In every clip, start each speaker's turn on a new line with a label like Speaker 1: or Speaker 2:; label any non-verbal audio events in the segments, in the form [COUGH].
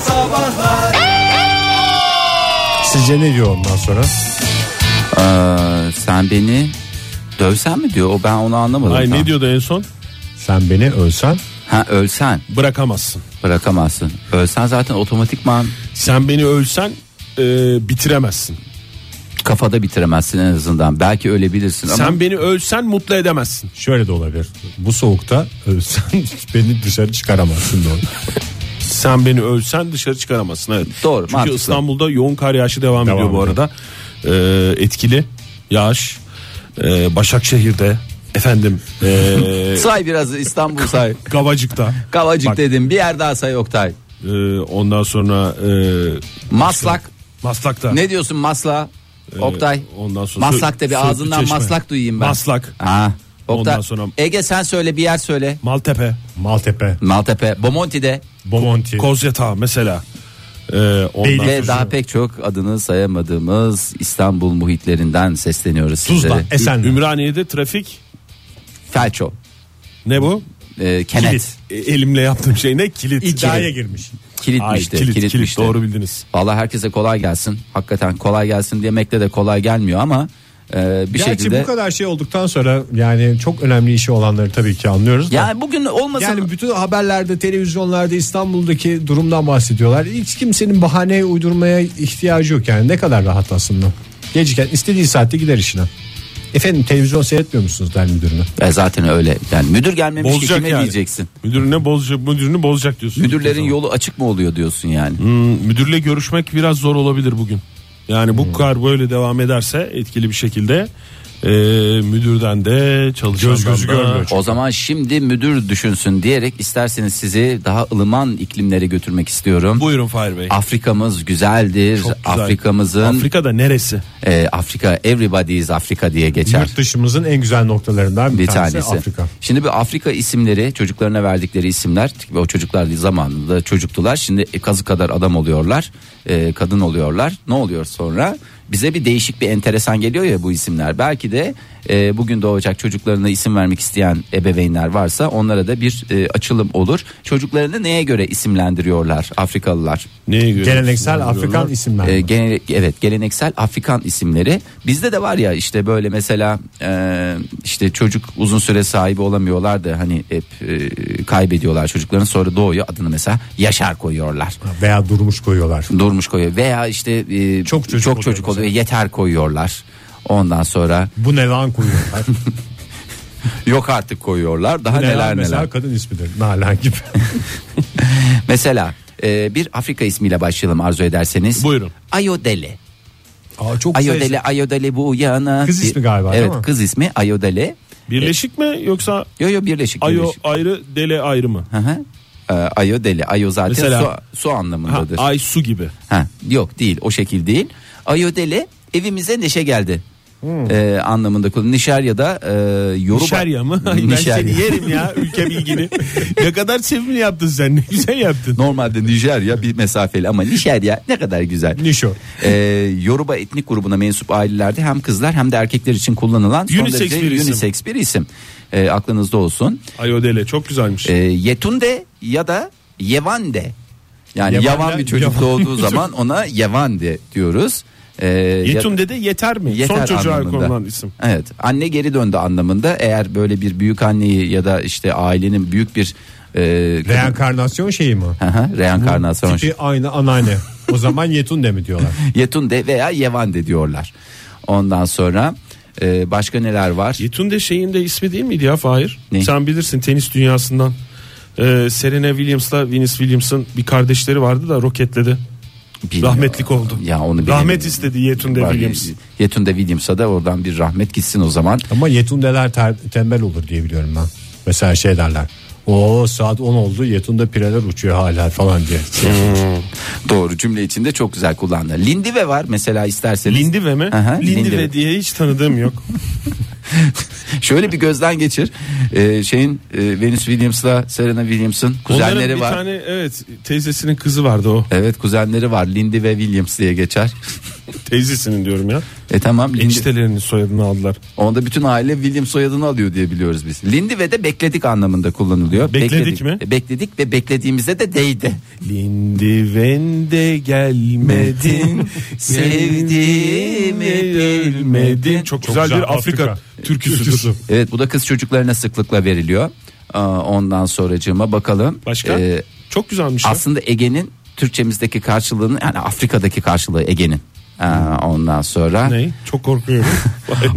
Speaker 1: sabahlar.
Speaker 2: Sizce ne diyor ondan sonra?
Speaker 3: Ee, sen beni dövsen mi diyor. O ben onu anlamadım.
Speaker 4: Ay
Speaker 3: tam.
Speaker 4: ne diyordu en son?
Speaker 2: Sen beni ölsen
Speaker 3: Ha ölsen
Speaker 4: Bırakamazsın.
Speaker 3: bırakamazsın. Ölsen zaten otomatikman
Speaker 4: Sen beni ölsen e, bitiremezsin.
Speaker 3: kafada bitiremezsin en azından. Belki ölebilirsin ama
Speaker 4: Sen beni ölsen mutlu edemezsin.
Speaker 2: şöyle de olabilir. Bu soğukta ölsen [LAUGHS] beni dışarı çıkaramazsın doğru.
Speaker 4: Sen beni ölsen dışarı çıkaramazsın. Evet.
Speaker 3: Doğru,
Speaker 4: Çünkü
Speaker 3: mantıklı.
Speaker 4: İstanbul'da yoğun kar yağışı devam,
Speaker 2: Devam
Speaker 4: ediyor bu
Speaker 2: ediyor.
Speaker 4: arada. Ee, etkili yağış. Ee, Başakşehir'de efendim
Speaker 2: [LAUGHS]
Speaker 4: ee,
Speaker 3: say biraz İstanbul say.
Speaker 4: Kavacık'ta.
Speaker 3: Kavacık
Speaker 4: Bak,
Speaker 3: dedim. Bir yer daha say Oktay.
Speaker 4: ee, ondan sonra ee,
Speaker 3: Maslak.
Speaker 4: Maslak'ta.
Speaker 3: Ne diyorsun Masla?
Speaker 4: Ee,
Speaker 3: Oktay.
Speaker 4: ondan sonra
Speaker 3: Maslak'ta
Speaker 4: Sö-
Speaker 3: bir ağzından
Speaker 4: Söğütlü Çeşme.
Speaker 3: Maslak duyayım ben.
Speaker 4: Maslak.
Speaker 3: Ha. Oktay.
Speaker 4: Ondan sonra-
Speaker 3: Ege sen söyle bir yer söyle.
Speaker 4: Maltepe,
Speaker 2: Maltepe,
Speaker 3: Maltepe, Bomonti'de
Speaker 2: Bomonti,
Speaker 4: Kozyatağı mesela. Ee, ondan
Speaker 2: Beylik-
Speaker 4: sonra-
Speaker 3: ve daha pek çok adını sayamadığımız İstanbul muhitlerinden sesleniyoruz
Speaker 2: Tuzla,
Speaker 3: sizlere.
Speaker 2: Esenler.
Speaker 4: Ümraniye'de trafik
Speaker 3: Felço,
Speaker 4: ne bu?
Speaker 3: e, Kenet,
Speaker 2: Kilit.
Speaker 4: E, Elimle yaptığım şey ne? Kilit.
Speaker 2: İddiaya girmiş.
Speaker 4: Ay,
Speaker 3: kilitmişti,
Speaker 4: kilit, kilit,
Speaker 3: kilitmişti.
Speaker 4: Doğru bildiniz.
Speaker 3: Vallahi herkese kolay gelsin. Hakikaten kolay gelsin demekle de kolay gelmiyor ama e, bir
Speaker 2: Gerçi
Speaker 3: şekilde.
Speaker 2: bu kadar şey olduktan sonra yani çok önemli işi olanları tabii ki anlıyoruz da.
Speaker 3: Yani bugün olmasın.
Speaker 2: Yani bütün haberlerde, televizyonlarda İstanbul'daki durumdan bahsediyorlar. Hiç kimsenin bahane uydurmaya ihtiyacı yok yani. Ne kadar rahat aslında. Geciken istediği saatte gider işine. Efendim televizyon seyretmiyor musunuz der müdürüne?
Speaker 3: E, zaten öyle. Yani müdür gelmemiş ki
Speaker 4: Bozacak
Speaker 3: kime
Speaker 4: yani.
Speaker 3: diyeceksin?
Speaker 4: Müdürüne bozacak, müdürünü bozacak diyorsun.
Speaker 3: Müdürlerin
Speaker 4: Tamam.
Speaker 3: yolu açık mı oluyor diyorsun yani.
Speaker 4: Hmm, müdürle görüşmek biraz zor olabilir bugün. Yani
Speaker 2: Hmm.
Speaker 4: bu kar böyle devam ederse etkili bir şekilde e, müdürden de çalışandan
Speaker 2: Göz gözü
Speaker 4: da-
Speaker 2: görmüyor.
Speaker 3: O zaman şimdi müdür düşünsün diyerek isterseniz sizi daha ılıman iklimlere götürmek istiyorum.
Speaker 4: Buyurun Fahir Bey.
Speaker 3: Afrika'mız güzeldir.
Speaker 4: Çok güzel.
Speaker 3: Afrika'mızın
Speaker 4: Afrika'da neresi?
Speaker 3: e, Afrika everybody is Afrika diye geçer.
Speaker 2: Yurt dışımızın en güzel noktalarından bir,
Speaker 3: bir
Speaker 2: tanesi,
Speaker 3: tanesi.
Speaker 2: Afrika.
Speaker 3: Şimdi bir Afrika isimleri çocuklarına verdikleri isimler ve o çocuklar zamanında çocuktular. Şimdi kazı kadar adam oluyorlar, e, kadın oluyorlar. Ne oluyor sonra? Bize bir değişik bir enteresan geliyor ya bu isimler. Belki de e, bugün doğacak çocuklarına isim vermek isteyen ebeveynler varsa onlara da bir e, açılım olur. Çocuklarını neye göre isimlendiriyorlar Afrikalılar?
Speaker 4: Neye göre?
Speaker 2: Geleneksel
Speaker 4: Bilmiyorum.
Speaker 2: Afrikan isimler.
Speaker 3: E,
Speaker 2: mi?
Speaker 3: gene- evet geleneksel Afrikan isimleri bizde de var ya işte böyle mesela e, işte çocuk uzun süre sahibi olamıyorlar da hani hep e, kaybediyorlar çocukların sonra doğuyor adını mesela Yaşar koyuyorlar
Speaker 2: Veya durmuş koyuyorlar.
Speaker 3: Durmuş koyuyor veya işte e,
Speaker 2: Çok çocuk
Speaker 3: çok
Speaker 2: oluyor
Speaker 3: çocuk
Speaker 2: mesela.
Speaker 3: oluyor Yeter koyuyorlar ondan sonra
Speaker 2: Bu ne lan koyuyorlar.
Speaker 3: yok artık koyuyorlar daha
Speaker 2: Bu
Speaker 3: [LAUGHS]
Speaker 2: ne
Speaker 3: neler
Speaker 2: lan
Speaker 3: neler
Speaker 2: mesela
Speaker 3: mesela,
Speaker 2: kadın ismidir. Nalan gibi.
Speaker 3: e, bir Afrika ismiyle başlayalım arzu ederseniz
Speaker 4: Buyurun.
Speaker 3: Ayodele
Speaker 2: Aa, çok güzel isim.
Speaker 3: Ayodele Ayodele bu yana
Speaker 2: şey Kız ismi galiba,
Speaker 3: evet
Speaker 2: değil mi?
Speaker 3: kız ismi Ayodele
Speaker 4: Birleşik mi yoksa
Speaker 3: Yo yo birleşik.
Speaker 4: ayo
Speaker 3: birleşik.
Speaker 4: ayrı dele ayrı mı?
Speaker 3: Hı hı. Ee, Ayo deli. Ayo zaten
Speaker 4: Mesela-
Speaker 3: su, su
Speaker 4: Ha,
Speaker 3: anlamındadır.
Speaker 4: ay su gibi.
Speaker 3: Ha, yok değil o şekil değil. Ayo deli evimize neşe geldi.
Speaker 4: Hmm.
Speaker 3: Ee, anlamında kullan. Nişarya'da e, Yoruba.
Speaker 2: [LAUGHS]
Speaker 4: Nişerya mı? [LAUGHS] Ay, ben
Speaker 3: Nişerya.
Speaker 4: seni yerim ya ülke bilgini. ne kadar sevimli yaptın sen ne güzel yaptın.
Speaker 3: Normalde Nijerya bir mesafeli ama Nişerya ne kadar güzel.
Speaker 2: Nişo.
Speaker 3: Ee, Yoruba etnik grubuna mensup ailelerde hem kızlar hem de erkekler için kullanılan son
Speaker 4: Unisex
Speaker 3: derece
Speaker 4: bir isim.
Speaker 3: unisex bir isim. Ee, aklınızda olsun.
Speaker 4: Ayodele çok güzelmiş.
Speaker 3: e, Yetunde ya da Yevande. Yani
Speaker 2: Yevande-
Speaker 3: yavan bir çocuk
Speaker 2: Yavan
Speaker 3: doğduğu
Speaker 4: [LAUGHS]
Speaker 2: bir
Speaker 3: zaman ona Yevande diyoruz. E,
Speaker 4: Yetun dede yeter mi?
Speaker 3: yeter
Speaker 4: Son çocuğa
Speaker 3: anlamında.
Speaker 4: konulan isim.
Speaker 3: Evet. Anne geri döndü anlamında. Eğer böyle bir büyük anneyi ya da işte ailenin büyük bir e, kadın-
Speaker 2: Reenkarnasyon şeyi mi?
Speaker 3: Hı hı, reenkarnasyon. şey-
Speaker 2: Tipi aynı anneanne. O zaman Yetun de mi diyorlar?
Speaker 4: [LAUGHS]
Speaker 3: Yetunde veya Yevande diyorlar. Ondan sonra e, başka neler var?
Speaker 4: Yetun de şeyin de ismi değil miydi ya Fahir?
Speaker 3: Ne?
Speaker 4: Sen bilirsin tenis dünyasından. Ee, Serena Williams'la Venus Williams'ın bir kardeşleri vardı da roketledi.
Speaker 3: Bilmiyorum.
Speaker 4: Rahmetlik oldu.
Speaker 3: Ya onu
Speaker 4: Rahmet
Speaker 3: bilemiyorum.
Speaker 4: istedi Yetun de
Speaker 3: Var-
Speaker 4: Williams.
Speaker 3: Yetun de Williams'a da oradan bir rahmet gitsin o zaman.
Speaker 2: Ama Yetundeler ter- tembel olur diye biliyorum ben. Mesela şey derler. O saat 10 oldu Yetun'da pireler uçuyor hala falan
Speaker 4: [LAUGHS]
Speaker 2: diye.
Speaker 3: Doğru cümle içinde çok güzel kullandı. Lindive var mesela isterseniz.
Speaker 4: Lindive mi?
Speaker 3: Aha,
Speaker 4: Lindive,
Speaker 3: Lindive.
Speaker 4: diye hiç tanıdığım yok.
Speaker 3: Şöyle bir gözden geçir. Ee, şeyin e, Venus Williams'la Serena Williams'ın
Speaker 4: Onların
Speaker 3: [LAUGHS] kuzenleri
Speaker 4: bir
Speaker 3: var. [LAUGHS]
Speaker 4: tane evet teyzesinin kızı vardı o.
Speaker 3: Evet kuzenleri var. Lindy ve Williams diye geçer.
Speaker 4: Teyzesinin diyorum ya.
Speaker 3: E tamam. Lindy-
Speaker 4: Eniştelerinin soyadını aldılar.
Speaker 3: Onda bütün aile William soyadını alıyor diye biliyoruz biz. Lindy ve de bekledik anlamında kullanılıyor.
Speaker 4: Bekledik mi?
Speaker 3: E, Bekledik ve beklediğimizde de değdi. [LAUGHS]
Speaker 4: Lindivende gelmedin
Speaker 3: sevdiğimi bilmedin.
Speaker 4: Çok güzel bir Afrika, türküsü.
Speaker 3: Evet bu da kız çocuklarına sıklıkla veriliyor. Aa, Ondan sonracığıma bakalım.
Speaker 4: Başka?
Speaker 3: E,
Speaker 4: Çok güzelmiş. ya.
Speaker 3: aslında Ege'nin Türkçemizdeki karşılığını yani Afrika'daki karşılığı Ege'nin. Aa, Ondan sonra.
Speaker 4: Ney?
Speaker 3: [LAUGHS]
Speaker 4: Çok korkuyorum.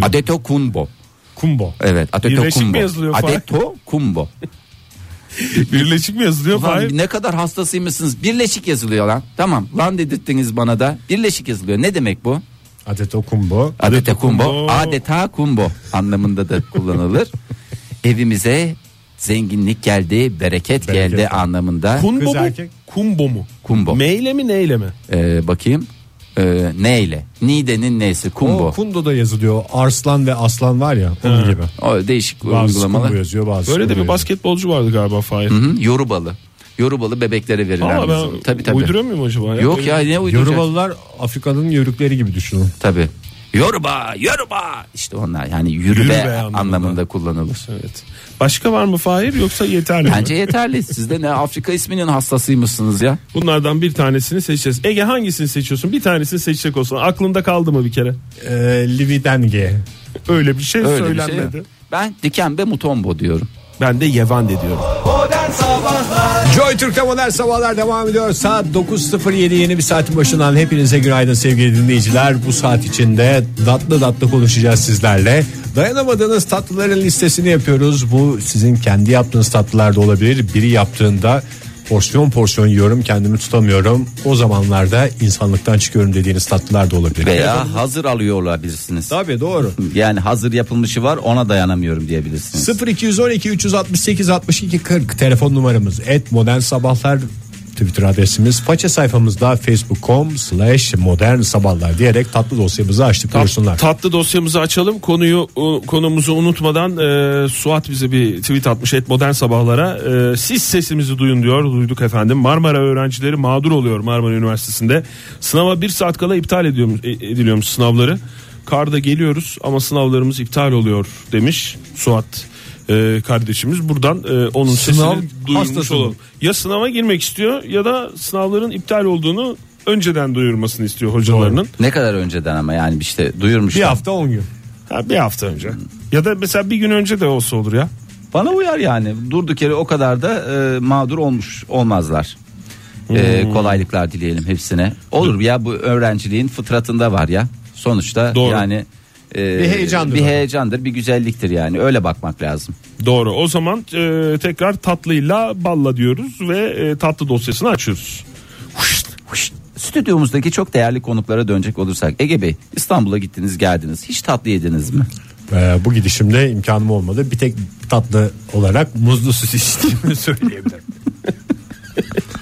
Speaker 3: Adeto Kumbo.
Speaker 4: Kumbo.
Speaker 3: Evet Adeto
Speaker 4: Birleşik mi
Speaker 3: Kumbo.
Speaker 4: yazılıyor Fahir?
Speaker 3: Adeto Kumbo.
Speaker 4: [LAUGHS] Birleşik mi yazılıyor?
Speaker 3: Ulan
Speaker 4: Hayır.
Speaker 3: ne kadar hastasıymışsınız. Birleşik yazılıyor lan. Tamam lan dedirttiniz bana da. Birleşik yazılıyor. Ne demek bu?
Speaker 2: Adet Okumbo.
Speaker 3: Adeta kumbo.
Speaker 4: kumbo.
Speaker 3: Adeta kumbo anlamında da
Speaker 4: [LAUGHS]
Speaker 3: kullanılır. Evimize zenginlik geldi, bereket, geldi anlamında.
Speaker 4: Kumbo
Speaker 2: Kız
Speaker 4: mu?
Speaker 2: erkek.
Speaker 4: Kumbo mu?
Speaker 3: Kumbo.
Speaker 4: Meyle mi neyle mi?
Speaker 3: Ee, bakayım. Ee, neyle? Nide'nin neyse kumbo.
Speaker 2: O Kundo'da yazılıyor. Arslan ve Aslan var ya onun gibi.
Speaker 3: O değişik
Speaker 2: Bazı
Speaker 3: uygulamalar.
Speaker 2: Kumbo yazıyor bazı.
Speaker 4: Böyle de
Speaker 2: Kumbo
Speaker 4: bir
Speaker 2: yazıyor.
Speaker 4: basketbolcu vardı galiba Fahir.
Speaker 3: Hı hı, Yorubalı. Yorubalı bebeklere verilen.
Speaker 4: Ama
Speaker 3: Hmm. bizim.
Speaker 4: ben
Speaker 3: tabii tabii.
Speaker 4: uyduruyor muyum acaba?
Speaker 3: Yok ya ne uyduracak?
Speaker 2: Yorubalılar Afrika'nın yörükleri gibi düşünün.
Speaker 3: Tabii. Yoruba, yoruba. İşte onlar yani yürübe,
Speaker 4: Yürübe
Speaker 3: anlamında.
Speaker 4: anlamında.
Speaker 3: kullanılır.
Speaker 4: Evet. Başka var mı Fahir yoksa yeterli mi?
Speaker 3: Bence yeterli. Siz de ne Afrika isminin hastasıymışsınız ya.
Speaker 4: Bunlardan bir tanesini seçeceğiz. Ege hangisini seçiyorsun? Bir tanesini seçecek olsun. Aklında kaldı mı bir kere?
Speaker 2: Ee, Lividenge.
Speaker 4: Öyle bir şey
Speaker 3: Öyle bir şey.
Speaker 4: söylenmedi.
Speaker 3: yok. Ben Dikembe Mutombo diyorum.
Speaker 4: Ben de Yevan diyorum.
Speaker 2: Joy Türk'te modern sabahlar devam ediyor. Saat 9.07 yeni bir saatin başından hepinize günaydın sevgili dinleyiciler. Bu saat içinde tatlı tatlı konuşacağız sizlerle. Dayanamadığınız tatlıların listesini yapıyoruz. Bu sizin kendi yaptığınız tatlılar da olabilir. Biri yaptığında porsiyon porsiyon yiyorum kendimi tutamıyorum. O zamanlarda insanlıktan çıkıyorum dediğiniz tatlılar da olabilir.
Speaker 3: Veya hazır alıyor olabilirsiniz.
Speaker 2: Tabii doğru.
Speaker 3: Yani hazır yapılmışı var ona dayanamıyorum diyebilirsiniz.
Speaker 2: 0212 368 62 40 telefon numaramız et modern sabahlar Twitter adresimiz faça sayfamızda facebook.com slash modern sabahlar diyerek tatlı dosyamızı açtık buyursunlar.
Speaker 4: Tatlı dosyamızı açalım. Konuyu o- konumuzu unutmadan e, Suat bize bir tweet atmış et modern sabahlara. E, siz sesimizi duyun diyor. Duyduk efendim. Marmara öğrencileri mağdur oluyor Marmara Üniversitesi'nde. Sınava bir saat kala iptal ediyormuş, e- ediliyormuş sınavları. Karda geliyoruz ama sınavlarımız iptal oluyor demiş Suat e, kardeşimiz. Buradan e, onun
Speaker 2: Sınav
Speaker 4: sesini duyurmuş
Speaker 2: hastası
Speaker 4: olalım.
Speaker 2: mı?
Speaker 4: Ya sınava girmek istiyor ya da sınavların iptal olduğunu önceden duyurmasını istiyor hocalarının.
Speaker 3: Ne kadar önceden ama yani işte duyurmuş.
Speaker 2: Bir hafta 10 gün.
Speaker 4: Ha, bir hafta önce. Ya da mesela bir gün önce de olsa olur ya.
Speaker 3: Bana uyar yani durduk yere o kadar da e, mağdur olmuş olmazlar. E,
Speaker 2: Hmm.
Speaker 3: kolaylıklar dileyelim hepsine. Olur ya bu öğrenciliğin fıtratında var ya. Sonuçta
Speaker 4: Doğru.
Speaker 3: yani e,
Speaker 2: Bir heyecandır
Speaker 3: bir
Speaker 2: ama.
Speaker 3: heyecandır, bir güzelliktir yani. Öyle bakmak lazım.
Speaker 4: Doğru. O zaman e, tekrar tatlıyla balla diyoruz ve e, tatlı dosyasını açıyoruz.
Speaker 3: Huşt. Stüdyomuzdaki çok değerli konuklara dönecek olursak Ege Bey İstanbul'a gittiniz geldiniz hiç tatlı yediniz mi?
Speaker 2: Ee, bu gidişimde imkanım olmadı. Bir tek tatlı olarak muzlu süt
Speaker 3: [LAUGHS]
Speaker 2: içtiğimi söyleyebilirim.
Speaker 4: [LAUGHS]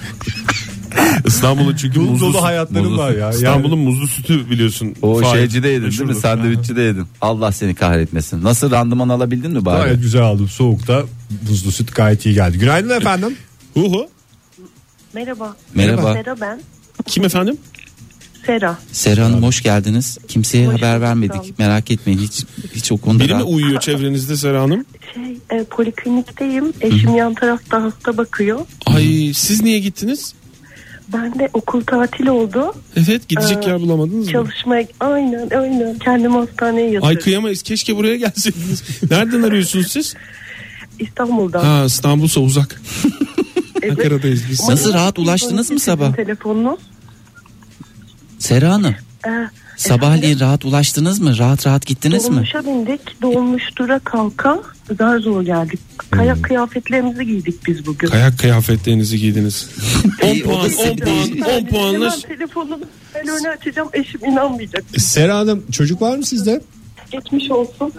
Speaker 4: İstanbul'un çünkü
Speaker 2: Dolu
Speaker 4: muzlu
Speaker 2: dolu
Speaker 4: süt-
Speaker 2: hayatlarım
Speaker 4: muzlu
Speaker 2: var
Speaker 4: süt.
Speaker 2: ya. Yani-
Speaker 4: İstanbul'un muzlu sütü biliyorsun.
Speaker 3: O
Speaker 4: Fahir.
Speaker 3: şeycide yedin değil mi
Speaker 4: Meşhurdur.
Speaker 3: sandviççide yedin Allah seni kahretmesin nasıl randıman alabildin mi bari?
Speaker 2: Gayet güzel aldım soğukta. Muzlu süt gayet iyi geldi. Günaydın efendim.
Speaker 4: Hu hu.
Speaker 1: Merhaba.
Speaker 3: Merhaba.
Speaker 1: Sera ben.
Speaker 4: Kim efendim?
Speaker 1: Sera.
Speaker 3: Sera Hanım hoş geldiniz kimseye
Speaker 1: Hoş
Speaker 3: haber
Speaker 1: bulduk,
Speaker 3: vermedik
Speaker 1: sağ olun.
Speaker 3: merak etmeyin hiç hiç o konuda
Speaker 4: Biri mi
Speaker 3: rahat-
Speaker 4: uyuyor çevrenizde Sera Hanım?
Speaker 1: Şey, e, poliklinikteyim. Eşim yan tarafta hasta bakıyor.
Speaker 4: Ay siz niye gittiniz?
Speaker 1: Ben de okul tatil oldu.
Speaker 4: Evet gidecek
Speaker 1: Ee,
Speaker 4: yer bulamadınız mı?
Speaker 1: Çalışmaya aynen aynen kendimi hastaneye
Speaker 4: Ay
Speaker 1: yatırdım.
Speaker 4: kıyamayız keşke buraya gelseydiniz. Nereden arıyorsunuz siz?
Speaker 1: İstanbul'dan.
Speaker 4: Ha İstanbul'sa uzak.
Speaker 1: Evet.
Speaker 4: Ankara'dayız biz.
Speaker 3: Nasıl rahat ulaştınız mı sabah?
Speaker 1: Telefonunu.
Speaker 3: Sera Hanım
Speaker 1: E,
Speaker 3: sabahleyin rahat ulaştınız mı rahat rahat gittiniz mi?
Speaker 1: Dolmuşa bindik. Dolmuş dura kalka. Zar zor geldik. Kayak kıyafetlerimizi giydik biz bugün.
Speaker 4: Kayak kıyafetlerinizi giydiniz. 10
Speaker 3: İyi, o da
Speaker 4: puan,
Speaker 3: size
Speaker 4: 10 puan,
Speaker 3: değil.
Speaker 4: 10 puanla
Speaker 1: Hemen telefonumu ben öne açacağım. Eşim inanmayacak.
Speaker 2: Sera Hanım çocuk var mı sizde?
Speaker 1: Geçmiş olsun.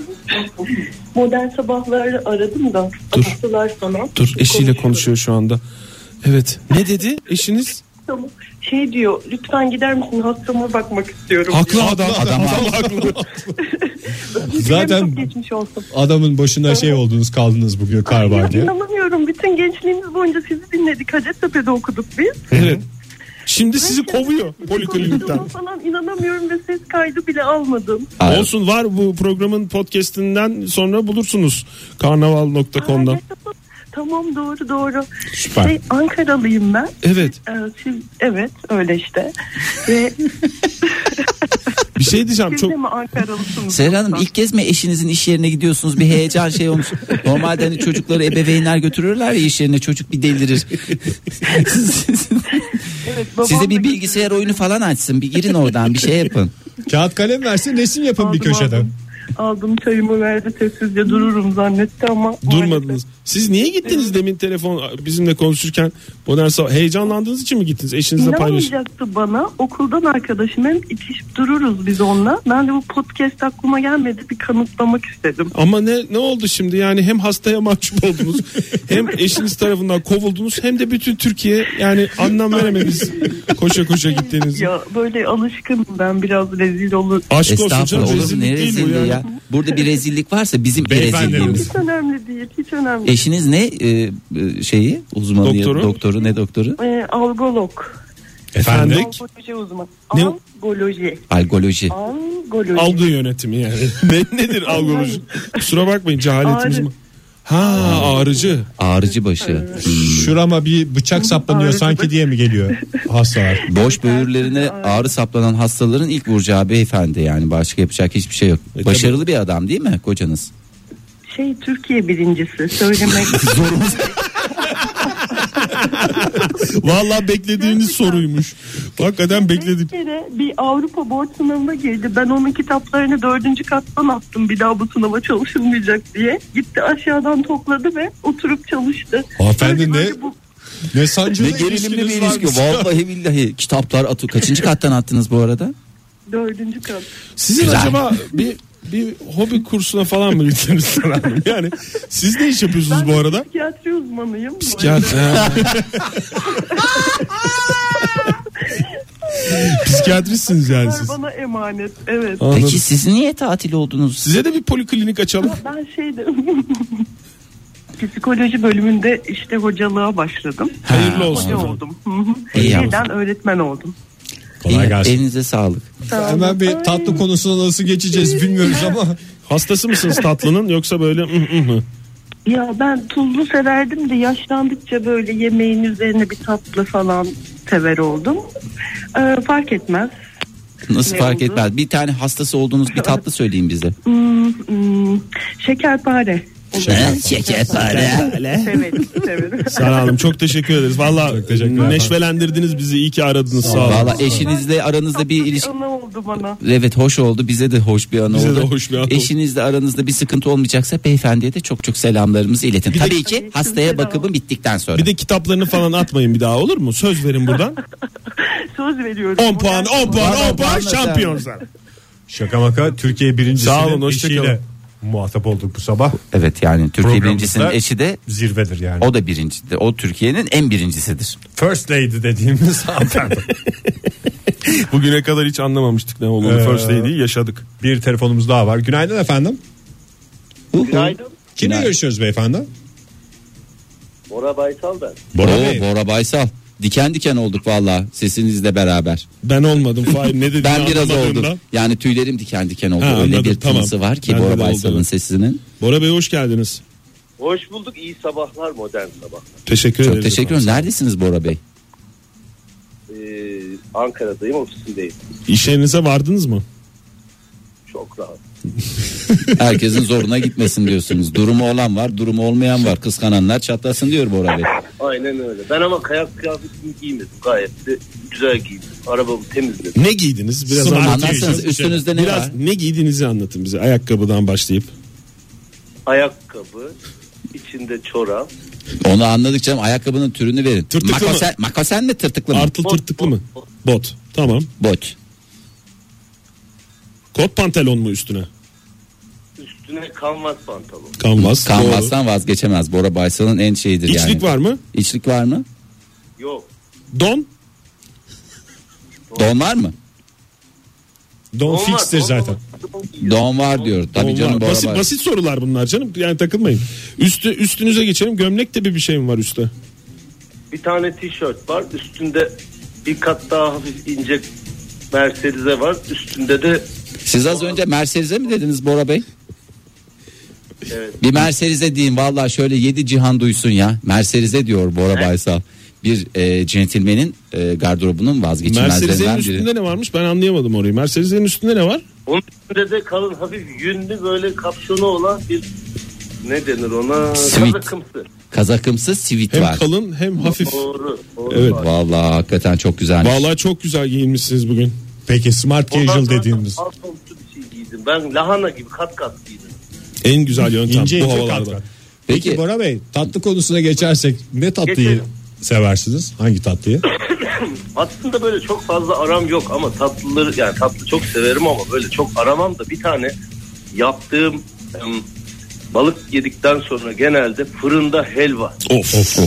Speaker 1: Modern sabahları aradım da.
Speaker 4: Dur.
Speaker 1: Attılar sana.
Speaker 4: Dur eşiyle
Speaker 1: Konuşuyoruz.
Speaker 4: konuşuyor şu anda. Evet. Ne dedi eşiniz?
Speaker 1: Tamam. Şey diyor lütfen gider misin hastama bakmak istiyorum.
Speaker 4: Haklı adam.
Speaker 3: Adam
Speaker 4: haklı.
Speaker 2: zaten-
Speaker 1: zaten. Çok geçmiş olsun.
Speaker 2: Adamın başında şey oldunuz kaldınız bugün kar var
Speaker 1: Ya
Speaker 2: diye.
Speaker 1: inanamıyorum bütün gençliğimiz boyunca sizi dinledik. Hacettepe'de okuduk biz.
Speaker 4: Evet. Şimdi sizi kovuyor poliklinikten.
Speaker 1: Konuştuğuma falan inanamıyorum ve ses kaydı bile almadım.
Speaker 3: Aa,
Speaker 4: Olsun var bu programın podcastinden sonra bulursunuz
Speaker 1: Aa,
Speaker 4: karnaval.com'dan.
Speaker 1: yaşasın. Tamam doğru doğru.
Speaker 4: Süper.
Speaker 1: Şey, Ankaralıyım ben.
Speaker 4: Evet.
Speaker 1: Ee, siz, evet öyle işte. Ve
Speaker 4: Bir şey diyeceğim
Speaker 1: siz
Speaker 4: çok
Speaker 1: de mi Ankaralısınız?
Speaker 3: Serra Hanım ilk kez mi eşinizin iş yerine gidiyorsunuz bir heyecan şey
Speaker 1: [LAUGHS]
Speaker 3: olmuş. Normalde hani çocukları ebeveynler götürürler ya iş yerine çocuk bir
Speaker 1: [LAUGHS]
Speaker 3: delirir. Siz- siz-
Speaker 1: Evet, babam
Speaker 3: Size
Speaker 1: da
Speaker 3: bir bilgisayar oyunu falan açsın bir girin oradan bir şey yapın.
Speaker 2: Kağıt kalem versin resim yapın
Speaker 1: Aldım,
Speaker 2: bir köşeden.
Speaker 1: Aldım. Aldım çayımı verdi sessizce dururum zannetti ama maalesef.
Speaker 4: durmadınız. Siz niye gittiniz demin telefon bizimle konuşurken modern sabah heyecanlandığınız için mi gittiniz? Eşinizle paylaşın.
Speaker 1: İnanmayacaktı bana okuldan arkadaşım hem itişip dururuz biz onunla ben de bu podcast aklıma gelmedi bir kanıtlamak istedim
Speaker 4: Ama ne ne oldu şimdi? Yani hem hastaya mahcup oldunuz, hem eşiniz tarafından kovuldunuz, hem de bütün Türkiye yani anlam verememiz koşa koşa gittiğiniz.
Speaker 1: ya böyle alışkınım ben biraz rezil olur
Speaker 4: Aşk olsun
Speaker 3: Estağfurullah
Speaker 4: canım
Speaker 3: olur mu ne
Speaker 4: rezillik değil bu
Speaker 3: rezilliği
Speaker 4: yani.
Speaker 3: ya. Burada bir rezillik varsa bizim bir
Speaker 2: Beyefendi.
Speaker 3: rezilliğimiz.
Speaker 1: hiç önemli değil hiç önemli değil.
Speaker 3: Eşiniz ne e, e, şeyi uzmanı doktoru.
Speaker 4: Doktoru.
Speaker 3: doktoru ne doktoru?
Speaker 1: Ee, algolog
Speaker 4: Efendim?
Speaker 1: algoloji uzmanı
Speaker 4: Ne?
Speaker 1: algoloji
Speaker 3: Algoloji.
Speaker 1: algoloji
Speaker 4: Algı yönetimi
Speaker 2: [LAUGHS]
Speaker 4: yani. Ne- Nedir algoloji? Kusura bakmayın cehaletimiz
Speaker 1: Ağrı.
Speaker 4: mi? Ha ağrıcı.
Speaker 3: Ağrıcı başı.
Speaker 2: Şurama bir bıçak saplanıyor
Speaker 1: Ağrıdı.
Speaker 2: sanki diye mi geliyor hastalar?
Speaker 3: Boş böğürlerine ağrı saplanan hastaların ilk vuracağı beyefendi yani başka yapacak hiçbir şey yok. Başarılı bir adam değil mi kocanız?
Speaker 1: şey Türkiye birincisi söylemek
Speaker 4: Vallahi beklediğiniz soruymuş. [LAUGHS] Hakikaten
Speaker 1: Bir
Speaker 4: bekledik.
Speaker 1: kere bir Avrupa board sınavına girdi. Ben onun kitaplarını dördüncü kattan attım bir daha bu sınava çalışılmayacak diye. Gitti aşağıdan topladı ve oturup çalıştı.
Speaker 2: Hanımefendi
Speaker 1: Böyle-
Speaker 2: ne-
Speaker 1: böyle bu-
Speaker 2: Ne sancılı
Speaker 3: Ne gerilimli bir
Speaker 2: ilişkiniz
Speaker 3: ilişki.
Speaker 2: varmış.
Speaker 3: Vallahi billahi kitaplar atı. Kaçıncı kattan attınız bu arada?
Speaker 1: Dördüncü kat.
Speaker 4: Sizin
Speaker 3: Güzel.
Speaker 4: acaba bir bir hobi kursuna falan mı gittiniz Sena Hanım? Yani siz ne iş yapıyorsunuz
Speaker 1: Ben
Speaker 4: bu arada?
Speaker 1: Psikiyatri uzmanıyım. Bu
Speaker 4: Psikiyatri. [LAUGHS] Psikiyatristsiniz yani
Speaker 1: arada
Speaker 4: siz.
Speaker 1: Bana emanet. Evet.
Speaker 4: Anladım.
Speaker 3: Peki siz niye tatil oldunuz?
Speaker 4: Size de bir poliklinik açalım.
Speaker 1: Ben şeyde [LAUGHS] psikoloji bölümünde işte hocalığa başladım.
Speaker 4: Hayırlı olsun.
Speaker 1: Hoca oldum. Hı hı.
Speaker 3: İyi yaptın.
Speaker 1: Şeyden öğretmen oldum.
Speaker 2: Kolay
Speaker 3: İyi,
Speaker 2: gelsin.
Speaker 3: Elinize sağlık.
Speaker 2: Hemen bir tatlı konusuna nasıl geçeceğiz bilmiyoruz ama
Speaker 4: Hastası mısınız tatlının yoksa böyle "Mm, mm" mı?
Speaker 1: Ya ben tuzlu severdim de yaşlandıkça böyle yemeğin üzerine bir tatlı falan sever oldum. Ee, fark etmez.
Speaker 3: Nasıl
Speaker 1: Ne
Speaker 3: fark
Speaker 1: oldu?
Speaker 3: etmez. Bir tane hastası olduğunuz bir tatlı söyleyin bize.
Speaker 1: Hmm, hmm, şekerpare.
Speaker 3: Ha, Şekerpare. [LAUGHS]
Speaker 1: Severim, severim.
Speaker 4: Sena Hanım çok teşekkür ederiz. Valla neşvelendirdiniz bizi. İyi ki aradınız. Sağ olun.
Speaker 3: Valla eşinizle aranızda bir ilişki.
Speaker 1: Ana oldu bana.
Speaker 3: Evet hoş oldu bize de hoş bir anı
Speaker 4: Bize
Speaker 3: oldu.
Speaker 4: de hoş bir anı oldu.
Speaker 3: Eşinizle aranızda bir sıkıntı olmayacaksa beyefendiye de çok çok selamlarımızı iletin.
Speaker 4: Bir de-
Speaker 3: Tabii ki hastaya bakımı bittikten sonra.
Speaker 4: Bir de kitaplarını falan atmayın bir daha olur mu? Söz verin buradan.
Speaker 1: Söz veriyorum.
Speaker 4: 10 puan, 10 puan, 10 puan
Speaker 3: Vallahi
Speaker 4: şampiyon sen.
Speaker 2: şaka maka Türkiye
Speaker 4: Sağ
Speaker 2: birincisinin
Speaker 4: olun, hoşça
Speaker 2: eşiyle muhatap olduk bu sabah.
Speaker 3: Evet yani Türkiye
Speaker 2: Programımızda
Speaker 3: birincisinin eşi de
Speaker 2: Zirvedir yani.
Speaker 3: o da birincidir. O Türkiye'nin en birincisidir.
Speaker 2: First lady dediğimiz
Speaker 4: [LAUGHS]
Speaker 2: hanımefendi.
Speaker 4: Bugüne kadar hiç anlamamıştık ne olduğunu.
Speaker 2: Ee,
Speaker 4: First Lady'yi yaşadık.
Speaker 2: bir telefonumuz daha var. Günaydın efendim.
Speaker 5: Günaydın.
Speaker 2: Kimle
Speaker 3: Günaydın.
Speaker 2: görüşüyoruz beyefendi?
Speaker 5: Bora Baysal ben.
Speaker 2: Bora
Speaker 3: Oo,
Speaker 2: Bey.
Speaker 3: Bora Baysal. Diken diken olduk valla sesinizle beraber.
Speaker 4: Ben olmadım. Fahir ne dediğini
Speaker 3: Ben biraz
Speaker 4: anlamadığımdan.
Speaker 3: oldum. Yani tüylerim diken diken oldu.
Speaker 4: Ha,
Speaker 3: Öyle
Speaker 4: anladım,
Speaker 3: bir tınısı
Speaker 4: tamam.
Speaker 3: var ki
Speaker 4: Ben de
Speaker 3: Bora
Speaker 4: de
Speaker 3: Baysal'ın
Speaker 4: oldu.
Speaker 3: sesinin.
Speaker 4: Bora Bey hoş geldiniz.
Speaker 5: Hoş bulduk. İyi sabahlar modern sabahlar.
Speaker 4: Teşekkür
Speaker 3: Çok
Speaker 4: ederiz.
Speaker 3: teşekkür ederim. Neredesiniz Bora Bey?
Speaker 5: Ee, Ankara'dayım ofisindeyim.
Speaker 4: İş yerinize vardınız mı?
Speaker 5: Çok rahat.
Speaker 3: Herkesin zoruna gitmesin diyorsunuz. Durumu olan var, durumu olmayan var. Kıskananlar çatlasın diyor Bora Bey.
Speaker 5: Aynen öyle. Ben ama kayak kıyafetimi giymedim. Gayet de güzel giydim. Arabamı temizledim.
Speaker 4: Ne giydiniz? Biraz
Speaker 2: Smart
Speaker 4: anlatın.
Speaker 3: Anlatsanız üstünüzde ne
Speaker 4: Biraz
Speaker 3: var?
Speaker 4: ne giydiğinizi anlatın bize. Ayakkabıdan başlayıp.
Speaker 5: Ayakkabı, içinde çorap.
Speaker 3: Onu anladık canım. Ayakkabının türünü verin.
Speaker 4: Tırtıklı mı?
Speaker 3: makosen, makosen mi tırtıklı mı?
Speaker 4: Artıl
Speaker 5: Bot,
Speaker 4: tırtıklı
Speaker 5: bot,
Speaker 4: mı?
Speaker 5: bot.
Speaker 4: Bot. Tamam.
Speaker 3: Bot.
Speaker 4: Kot pantolon mu üstüne?
Speaker 5: Üstüne kanvas pantolon.
Speaker 4: Kanvas. Doğru.
Speaker 3: Kanvastan vazgeçemez. Bora Baysal'ın en şeyidir yani.
Speaker 4: İçlik var mı?
Speaker 3: İçlik var mı?
Speaker 5: Yok.
Speaker 4: Don.
Speaker 3: Don var mı?
Speaker 2: Don
Speaker 5: Olmaz,
Speaker 2: fixtir
Speaker 5: olmaz.
Speaker 2: zaten.
Speaker 3: Don var diyor. Tabii
Speaker 4: Don var.
Speaker 3: canım Bora
Speaker 4: basit,
Speaker 3: Baysal.
Speaker 4: basit sorular bunlar canım. Yani takılmayın. Üstü, üstünüze geçelim. Gömlek de bir, bir şey mi var üstte?
Speaker 5: Bir tane tişört var. Üstünde bir kat daha hafif ince Mercedes'e var. Üstünde de
Speaker 3: Siz az önce Mercedes'e mi dediniz Bora Bey?
Speaker 5: Evet.
Speaker 3: Bir Mercedes'e diyeyim vallahi şöyle yedi cihan duysun ya. Mercedes'e diyor Bora Baysal. Bir e, centilmenin e, gardırobunun
Speaker 4: Mercedes'in
Speaker 3: vazgeçilmezlerinden biri.
Speaker 4: üstünde ne varmış ben anlayamadım orayı. Mercedes'in üstünde ne var?
Speaker 5: onun üstünde de kalın hafif yünlü böyle kapşonu olan bir ne denir ona?
Speaker 3: Sweet.
Speaker 5: Kazakımsı.
Speaker 3: Kazakımsı sivit
Speaker 4: Hem
Speaker 3: var.
Speaker 4: kalın hem hafif.
Speaker 5: Doğru. doğru
Speaker 4: Evet.
Speaker 5: var.
Speaker 3: Vallahi hakikaten çok güzelmiş.
Speaker 4: Vallahi çok güzel giyinmişsiniz bugün.
Speaker 2: Peki smart
Speaker 5: Ondan
Speaker 2: casual
Speaker 5: sonra
Speaker 2: dediğimiz
Speaker 5: Paltomsu bir şey giydim. Ben lahana gibi kat kat giydim.
Speaker 4: En güzel yöntem
Speaker 2: ince
Speaker 4: bu
Speaker 2: ince
Speaker 4: havalarda.
Speaker 2: katran. Peki,
Speaker 3: Peki.
Speaker 2: Bora Bey tatlı konusuna geçersek ne tatlıyı
Speaker 5: Geçelim.
Speaker 2: seversiniz? Hangi tatlıyı?
Speaker 5: Aslında böyle çok fazla aram yok ama tatlıları yani tatlı çok severim ama böyle çok aramam da bir tane yaptığım em, balık yedikten sonra genelde fırında helva.
Speaker 4: Of. of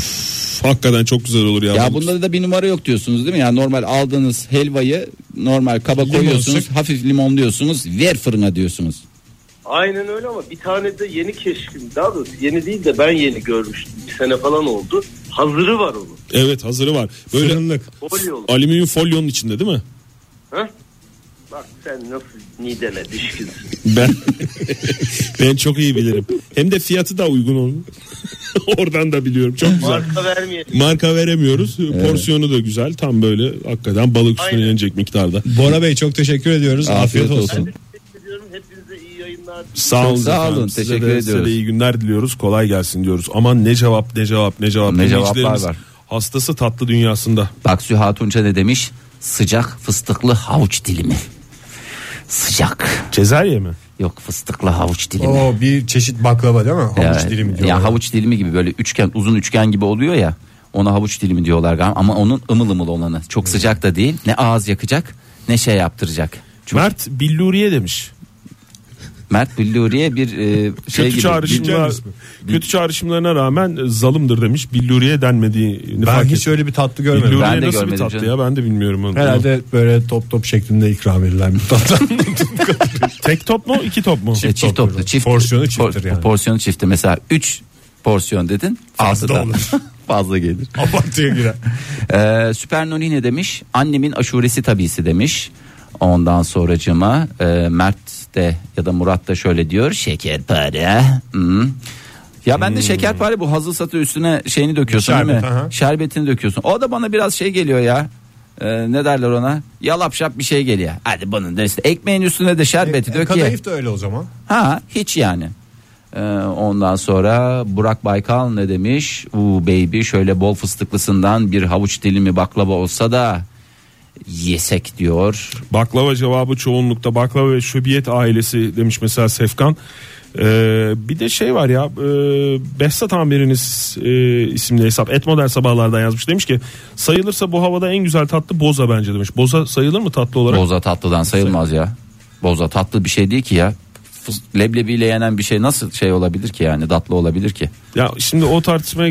Speaker 4: Hakikaten çok güzel olur ya.
Speaker 3: Ya bunda da bir numara yok diyorsunuz değil mi? Yani normal aldığınız helvayı normal kaba koyuyorsunuz,
Speaker 2: sık.
Speaker 3: hafif limonluyorsunuz, ver fırına diyorsunuz.
Speaker 5: Aynen öyle ama bir tane de yeni keşfim. Daha doğrusu yeni değil de ben yeni görmüştüm. Bir sene falan oldu. Hazırı var onun.
Speaker 4: Evet hazırı var. Böyle
Speaker 2: Fırınlık.
Speaker 5: Folyo.
Speaker 4: alüminyum folyonun içinde değil mi?
Speaker 5: Ha? Bak sen nasıl nidene düşkünsün.
Speaker 4: Ben [LAUGHS] ben çok iyi bilirim. Hem de fiyatı da uygun onun. [LAUGHS] Oradan da biliyorum. Çok güzel.
Speaker 5: Marka vermeyelim.
Speaker 4: Marka veremiyoruz. Porsiyonu da güzel. Tam böyle hakikaten balık üstüne
Speaker 5: Aynen.
Speaker 4: yenecek miktarda.
Speaker 2: Bora Bey çok teşekkür ediyoruz. Afiyet,
Speaker 3: Afiyet
Speaker 2: olsun.
Speaker 3: olsun.
Speaker 5: Teşekkür ediyorum. Hepinize iyi yayınlar.
Speaker 4: Sağ olun.
Speaker 3: Çok sağ olun.
Speaker 4: efendim. Size
Speaker 3: Teşekkür
Speaker 4: de-
Speaker 3: ediyoruz.
Speaker 4: Size de iyi günler diliyoruz. Kolay gelsin diyoruz. Aman ne cevap ne cevap ne cevap.
Speaker 3: Ne cevaplar
Speaker 4: Dinleyicilerimiz
Speaker 3: var.
Speaker 4: Hastası tatlı dünyasında.
Speaker 3: Baksu Hatunca ne demiş? Sıcak fıstıklı havuç dilimi. Sıcak.
Speaker 4: Cezayir mi?
Speaker 3: Yok fıstıklı havuç dilimi.
Speaker 2: Oo, bir çeşit baklava değil mi? Havuç
Speaker 3: ya,
Speaker 2: dilimi
Speaker 3: ya
Speaker 2: diyorlar.
Speaker 3: havuç dilimi gibi böyle üçgen uzun üçgen gibi oluyor ya. Ona havuç dilimi diyorlar galiba ama onun ımıl ımıl olanı. Çok sıcak da değil. Ne ağız yakacak ne şey yaptıracak. Çok,
Speaker 4: Mert Billuriye demiş.
Speaker 3: Mert Billuri'ye bir e, şey
Speaker 4: Kötü
Speaker 3: gibi.
Speaker 4: çağrışımlar, kötü çağrışımlarına rağmen e, zalımdır demiş. Billuriye denmediğini
Speaker 2: ben
Speaker 4: fark
Speaker 2: hiç
Speaker 4: ettim.
Speaker 2: öyle bir tatlı görmedim.
Speaker 4: Billuriye
Speaker 3: Ben de
Speaker 4: nasıl bir
Speaker 3: görmedim
Speaker 4: tatlı
Speaker 3: canım.
Speaker 4: ya ben de bilmiyorum onu.
Speaker 2: Herhalde böyle top top şeklinde ikram edilen bir tatlı.
Speaker 4: [LAUGHS] Tek top mu iki top mu?
Speaker 3: E, çift toplu. Çift,
Speaker 2: Porsiyonu
Speaker 3: por-
Speaker 2: çifttir yani.
Speaker 3: Porsiyonu çifti. Mesela 3 porsiyon dedin. altı da-
Speaker 2: olur.
Speaker 3: [LAUGHS] Fazla gelir.
Speaker 2: Abartıya girer.
Speaker 3: Ee, Süper Noni ne demiş? Annemin aşuresi tabisi demiş. Ondan sonracıma e, Mert de ya da Murat da şöyle diyor. Şekerpare. Hmm. Ya ben de şekerpare bu hazır satı üstüne şeyini döküyorsun değil
Speaker 2: Şerbet,
Speaker 3: mi?
Speaker 2: Hmm. aha.
Speaker 3: Şerbetini döküyorsun. O da bana biraz şey geliyor ya. Ee, ne derler ona? Yalap şap bir şey geliyor. Hadi bunun da işte ekmeğin üstüne de şerbeti dök ye.
Speaker 2: E, Kadayıf da öyle o zaman. [LAUGHS]
Speaker 3: Ha hiç yani. Ee, ondan sonra Burak Baykal ne demiş? Uu baby şöyle bol fıstıklısından bir havuç dilimi baklava olsa da yesek diyor.
Speaker 4: Baklava cevabı çoğunlukta baklava ve şöbiyet ailesi demiş mesela Sefkan. Ee, bir de şey var ya e, Behzat Amir'iniz e, isimli hesap et modern sabahlardan yazmış demiş ki sayılırsa bu havada en güzel tatlı boza bence demiş. Boza sayılır mı tatlı olarak?
Speaker 3: Boza tatlıdan sayılmaz ya. Boza tatlı bir şey değil ki ya. Fıs- Leblebiyle yenen bir şey nasıl şey olabilir ki yani tatlı olabilir ki?
Speaker 4: Ya şimdi o tartışmaya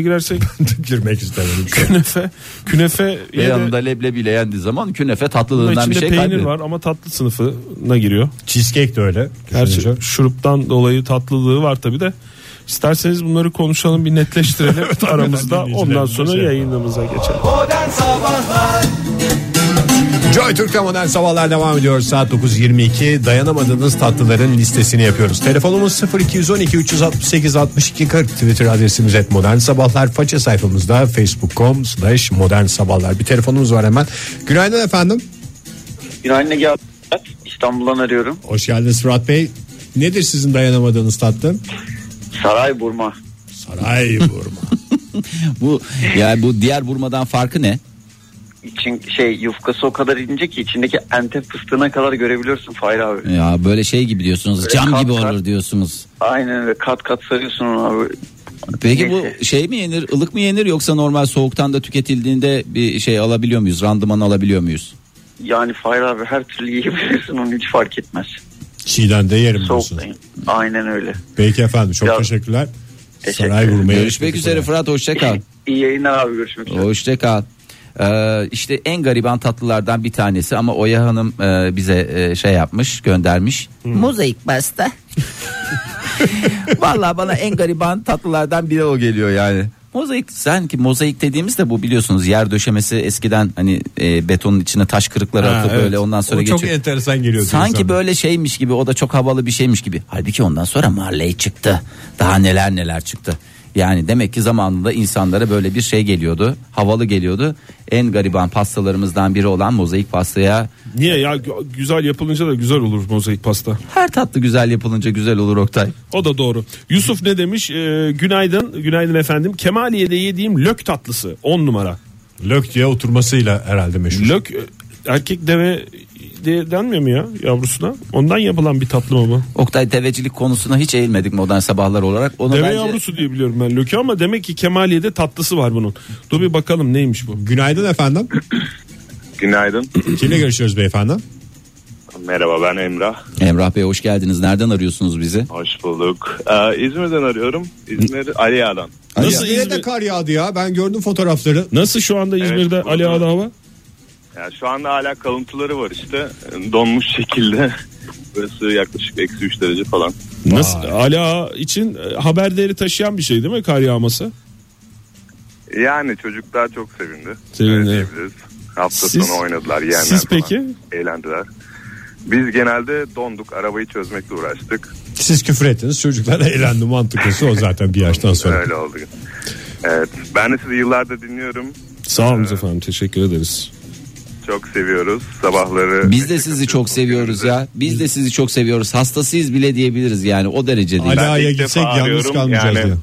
Speaker 3: [LAUGHS]
Speaker 4: girersek
Speaker 2: Girmek istemedim.
Speaker 4: künefe künefe
Speaker 3: Ve
Speaker 4: ya da-
Speaker 3: yanında leblebiyle yendiği zaman künefe
Speaker 4: Bunun
Speaker 3: tatlılığından bir
Speaker 4: içinde
Speaker 3: şey
Speaker 4: peynir
Speaker 3: kaybediyor.
Speaker 4: var ama tatlı sınıfına giriyor.
Speaker 2: Cheesecake de öyle.
Speaker 4: Gerçi
Speaker 2: düşününce.
Speaker 4: şuruptan dolayı tatlılığı var tabi de. İsterseniz bunları konuşalım bir netleştirelim aramızda. Ondan sonra
Speaker 2: şey
Speaker 4: yayınımıza geçelim.
Speaker 2: Joy Türk'te modern sabahlar devam ediyor. Saat 9.22 dayanamadığınız tatlıların listesini yapıyoruz. Telefonumuz 0212 368 62 40 Twitter adresimiz et modern sabahlar. Faça sayfamızda facebook.com slash modern sabahlar. Bir telefonumuz var hemen. Günaydın efendim.
Speaker 6: Günaydın Ege abi. İstanbul'dan arıyorum.
Speaker 2: Hoş geldiniz Fırat Bey. Nedir sizin dayanamadığınız tatlı?
Speaker 6: Saray Burma.
Speaker 2: Saray [LAUGHS] vurma.
Speaker 3: Bu yani bu diğer burmadan farkı ne?
Speaker 6: İçin şey yufkası o kadar ince ki içindeki antep fıstığına kadar görebiliyorsun Fahir abi.
Speaker 3: Ya böyle şey gibi diyorsunuz.
Speaker 6: Böyle
Speaker 3: Cam
Speaker 6: kat
Speaker 3: gibi
Speaker 6: kat.
Speaker 3: olur diyorsunuz.
Speaker 6: Aynen öyle kat kat sarıyorsun onu abi.
Speaker 3: Peki bu
Speaker 6: Neyse.
Speaker 3: şey mi yenir ılık mı yenir yoksa normal soğuktan da tüketildiğinde bir şey alabiliyor muyuz randıman alabiliyor muyuz?
Speaker 6: Yani Fahir abi her türlü yiyebilirsin onu hiç fark etmez.
Speaker 2: Çiğden de yerim diyorsunuz.
Speaker 6: Soğuklayın. Aynen öyle.
Speaker 2: Peki efendim çok
Speaker 6: Ya.
Speaker 2: teşekkürler.
Speaker 6: Teşekkür
Speaker 2: Saray
Speaker 6: ederim.
Speaker 2: vurmaya.
Speaker 3: Görüşmek üzere Fırat hoşça kal.
Speaker 6: İyi yayınlar abi görüşmek üzere.
Speaker 3: hoşça kal. Ee, işte en gariban tatlılardan bir tanesi ama Oya Hanım e, bize e, şey yapmış göndermiş. Mozaik pasta. Vallahi bana en gariban tatlılardan biri o geliyor yani. Mozaik sanki mozaik dediğimiz de bu biliyorsunuz yer döşemesi eskiden hani e, betonun içine taş kırıkları
Speaker 2: Ha,
Speaker 3: atıp
Speaker 2: evet.
Speaker 3: böyle ondan sonra
Speaker 2: o çok
Speaker 3: geçiyor.
Speaker 2: enteresan geliyor.
Speaker 3: Sanki
Speaker 2: insanlara.
Speaker 3: böyle şeymiş gibi o da çok havalı bir şeymiş gibi. Halbuki ondan sonra Marley çıktı. Daha neler neler çıktı. Yani demek ki zamanında insanlara böyle bir şey geliyordu. Havalı geliyordu. En gariban pastalarımızdan biri olan mozaik pastaya
Speaker 4: Niye ya Gü- güzel yapılınca da güzel olur mozaik pasta.
Speaker 3: her tatlı güzel yapılınca güzel olur Oktay.
Speaker 4: O da doğru. Yusuf ne demiş? Ee, günaydın. Günaydın efendim. Kemaliye'de yediğim lök tatlısı 10 numara.
Speaker 2: lök diye oturmasıyla herhalde meşhur.
Speaker 4: Lök e, erkek deve diye denmiyor mu ya yavrusuna? Ondan yapılan bir tatlı mı bu?
Speaker 3: Oktay devecilik konusuna hiç eğilmedik modern sabahlar olarak. Onu
Speaker 4: Deve
Speaker 3: bence-
Speaker 4: yavrusu diye biliyorum ben lökü ama demek ki Kemaliye'de tatlısı var bunun. Dur bir bakalım neymiş bu?
Speaker 2: Günaydın efendim.
Speaker 7: [CLEARS THROAT] Günaydın.
Speaker 2: Kimle görüşüyoruz beyefendi?
Speaker 7: Merhaba ben Emrah.
Speaker 3: Emrah Bey hoş geldiniz. Nereden arıyorsunuz bizi?
Speaker 7: Hoş bulduk. Ee, İzmir'den arıyorum. İzmir Ali Ağa'dan.
Speaker 4: Nasıl
Speaker 2: İzmir'de
Speaker 4: İzmir-
Speaker 2: kar yağdı ya? Ben gördüm fotoğrafları.
Speaker 4: Nasıl şu anda İzmir'de
Speaker 7: Evet,
Speaker 4: Ali
Speaker 7: burada.
Speaker 4: Ağa'da hava?
Speaker 7: Yani şu anda hala kalıntıları var işte. Donmuş şekilde. [LAUGHS] Burası yaklaşık eksi 3 derece falan.
Speaker 4: Nasıl? Ali Ağa için e, haber değeri taşıyan bir şey değil mi kar yağması?
Speaker 7: Yani çocuklar çok sevindi.
Speaker 4: Sevindi.
Speaker 7: Öyle diyebiliriz. Hafta
Speaker 4: Siz-
Speaker 7: sonu oynadılar. Yeğenler
Speaker 4: siz
Speaker 7: falan.
Speaker 4: peki?
Speaker 7: Eğlendiler. Biz genelde donduk. Arabayı çözmekle uğraştık.
Speaker 2: Siz küfür ettiniz. Çocuklar [LAUGHS] da eğlendi mantıklısı o zaten bir yaştan sonra.
Speaker 7: Öyle oldu. Evet. Ben de sizi yıllardır dinliyorum.
Speaker 4: Sağ olun efendim teşekkür ederiz.
Speaker 7: Çok seviyoruz. Sabahları.
Speaker 3: Biz de sizi çok seviyoruz ya. Biz de sizi çok seviyoruz. Hastasıyız bile diyebiliriz yani o derece değil.
Speaker 2: Ali
Speaker 7: Ben
Speaker 2: Ağa'ya
Speaker 7: ilk
Speaker 2: gitsek
Speaker 7: defa
Speaker 2: yalnız
Speaker 7: arıyorum.
Speaker 2: kalmayacağız
Speaker 7: Yani-
Speaker 2: diye.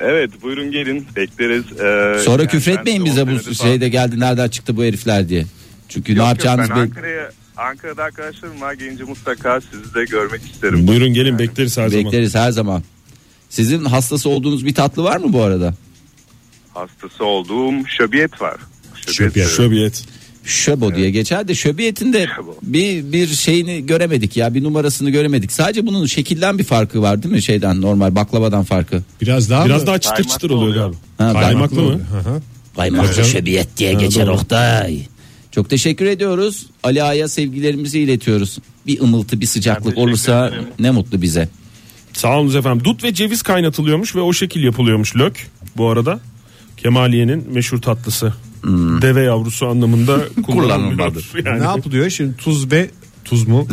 Speaker 7: Evet buyurun gelin bekleriz. Ee,
Speaker 3: Sonra
Speaker 7: yani
Speaker 3: küfür
Speaker 7: ben
Speaker 3: etmeyin
Speaker 7: on
Speaker 3: bize
Speaker 7: senede
Speaker 3: bu
Speaker 7: falan-
Speaker 3: şeyde geldi nereden çıktı bu herifler diye. Çünkü ne
Speaker 7: Yok,
Speaker 3: yapacağınız
Speaker 7: yok, ben
Speaker 3: belli.
Speaker 7: Ankara'ya Ankara'da arkadaşlarım var gelince mutlaka sizi de görmek isterim.
Speaker 4: Buyurun gelin bekleriz her zaman.
Speaker 3: bekleriz her zaman. Sizin hastası olduğunuz bir tatlı var mı bu arada?
Speaker 7: Hastası olduğum şöbiyet var.
Speaker 2: Şöbiyet.
Speaker 7: severim.
Speaker 4: Şöbiyet.
Speaker 3: Şöbo diye geçer de şöbiyetinde
Speaker 7: Şöbo.
Speaker 3: bir bir şeyini göremedik ya bir numarasını göremedik. Sadece bunun şekilden bir farkı var değil mi şeyden normal baklavadan farkı.
Speaker 2: Biraz daha
Speaker 4: Biraz
Speaker 2: mı?
Speaker 4: daha çıtır
Speaker 7: Kaymaklı
Speaker 4: çıtır oluyor
Speaker 7: oluyor.
Speaker 4: galiba.
Speaker 3: Ha,
Speaker 4: Kaymaklı mı?
Speaker 2: Hı hı.
Speaker 3: Kaymaklı
Speaker 2: Evet.
Speaker 3: şöbiyet diye
Speaker 2: Ha,
Speaker 3: geçer
Speaker 2: doğru.
Speaker 3: Oktay. Çok teşekkür ediyoruz. Ali Ağa'ya sevgilerimizi iletiyoruz. Bir ımıltı bir sıcaklık olursa ne mutlu bize.
Speaker 4: Sağ olun efendim. Dut ve ceviz kaynatılıyormuş ve o şekil yapılıyormuş lök bu arada. Kemaliye'nin meşhur tatlısı. Deve yavrusu anlamında kullanılmalıdır.
Speaker 2: Ne
Speaker 4: [LAUGHS] Yani.
Speaker 2: yapılıyor şimdi tuz ve tuz mu?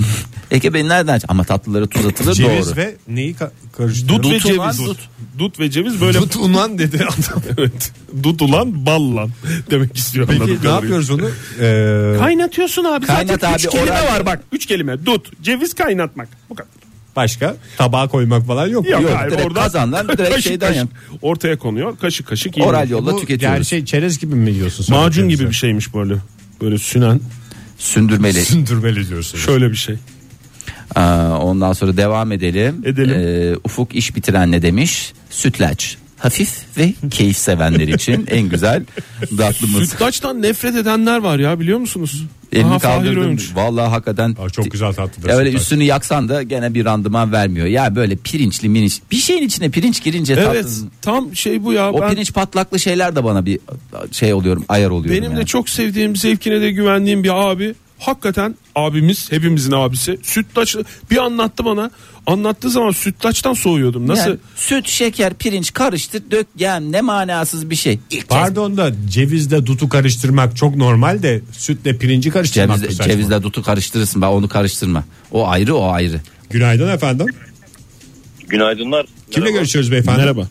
Speaker 3: Ege Bey nereden? Ama tatlılara tuz atılır
Speaker 2: Ceviz
Speaker 3: doğru.
Speaker 2: ve neyi ka- karıştırıyor?
Speaker 4: Dut ve
Speaker 3: Dut ulan dut.
Speaker 4: ceviz. Dut. Dut ve ceviz böyle
Speaker 2: Dut ulan dedi adam.
Speaker 4: [LAUGHS] evet. Dut ulan bal lan [LAUGHS] demek istiyor anladığım
Speaker 2: Peki ne
Speaker 4: kadarıyla.
Speaker 2: yapıyoruz onu? [LAUGHS] Ee,
Speaker 4: Kaynatıyorsun abi.
Speaker 3: Kaynat
Speaker 4: Zaten üç
Speaker 3: abi,
Speaker 4: kelime
Speaker 3: oral-
Speaker 4: var bak. Üç kelime. Dut, ceviz kaynatmak. Bu kadar.
Speaker 2: başka tabağa koymak falan yok. mu?
Speaker 4: Yok,
Speaker 3: Yok,
Speaker 4: hayır,
Speaker 3: direkt
Speaker 4: oradan-
Speaker 3: kazandan direkt
Speaker 4: kaşık
Speaker 3: şeyden
Speaker 4: kaşık
Speaker 3: yap.
Speaker 4: Ortaya konuyor. Kaşık kaşık yeniyor.
Speaker 3: Oral yolla
Speaker 2: Bu
Speaker 3: tüketiyoruz.
Speaker 2: Yani şey çerez gibi şey. mi yiyorsun? sen?
Speaker 4: Macun gibi bir şeymiş böyle. Böyle sünen.
Speaker 3: Sündürmeli.
Speaker 2: Sündürmeli diyorsun.
Speaker 4: Şöyle bir şey.
Speaker 3: Aa, ondan sonra devam edelim.
Speaker 4: Edelim.
Speaker 3: Ee, Ufuk iş bitiren ne demiş? Sütlaç. Hafif ve keyif sevenler için en
Speaker 2: [LAUGHS]
Speaker 3: güzel tatlımız.
Speaker 4: Sütlaçtan nefret edenler var ya biliyor musunuz? Aha,
Speaker 3: Elini
Speaker 4: Fahir
Speaker 3: kaldırdım.
Speaker 4: Öğünç.
Speaker 3: Vallahi hakikaten
Speaker 2: Aa, çok güzel tatlıdır.
Speaker 3: Ya öyle
Speaker 2: sütlaç.
Speaker 3: üstünü yaksan da gene bir randıman vermiyor. Ya böyle pirinçli miniç. Bir şeyin içine pirinç girince
Speaker 4: Evet
Speaker 3: tatlısın.
Speaker 4: tam şey bu ya.
Speaker 3: E, O
Speaker 4: ben,
Speaker 3: pirinç patlaklı şeyler de bana bir şey oluyorum, ayar oluyorum.
Speaker 4: benim
Speaker 3: yani.
Speaker 4: de çok sevdiğim zevkine de güvendiğim bir abi. Hakikaten abimiz hepimizin abisi. Sütlaç bir anlattı bana. Anlattığı zaman sütlaçtan soğuyordum. Nasıl?
Speaker 3: Yani süt, şeker, pirinç karıştır, dök, yem ne manasız bir şey. İlk kez
Speaker 2: Pardon da cevizle dutu karıştırmak çok normal de sütle pirinci karıştırmak
Speaker 3: Cevizle,
Speaker 2: mı saçma?
Speaker 3: cevizle dutu karıştırırsın. Ben onu karıştırma. O ayrı o ayrı.
Speaker 2: Günaydın efendim.
Speaker 5: Günaydınlar.
Speaker 2: Kimle
Speaker 5: Merhaba.
Speaker 2: görüşüyoruz beyefendi?
Speaker 4: Merhaba.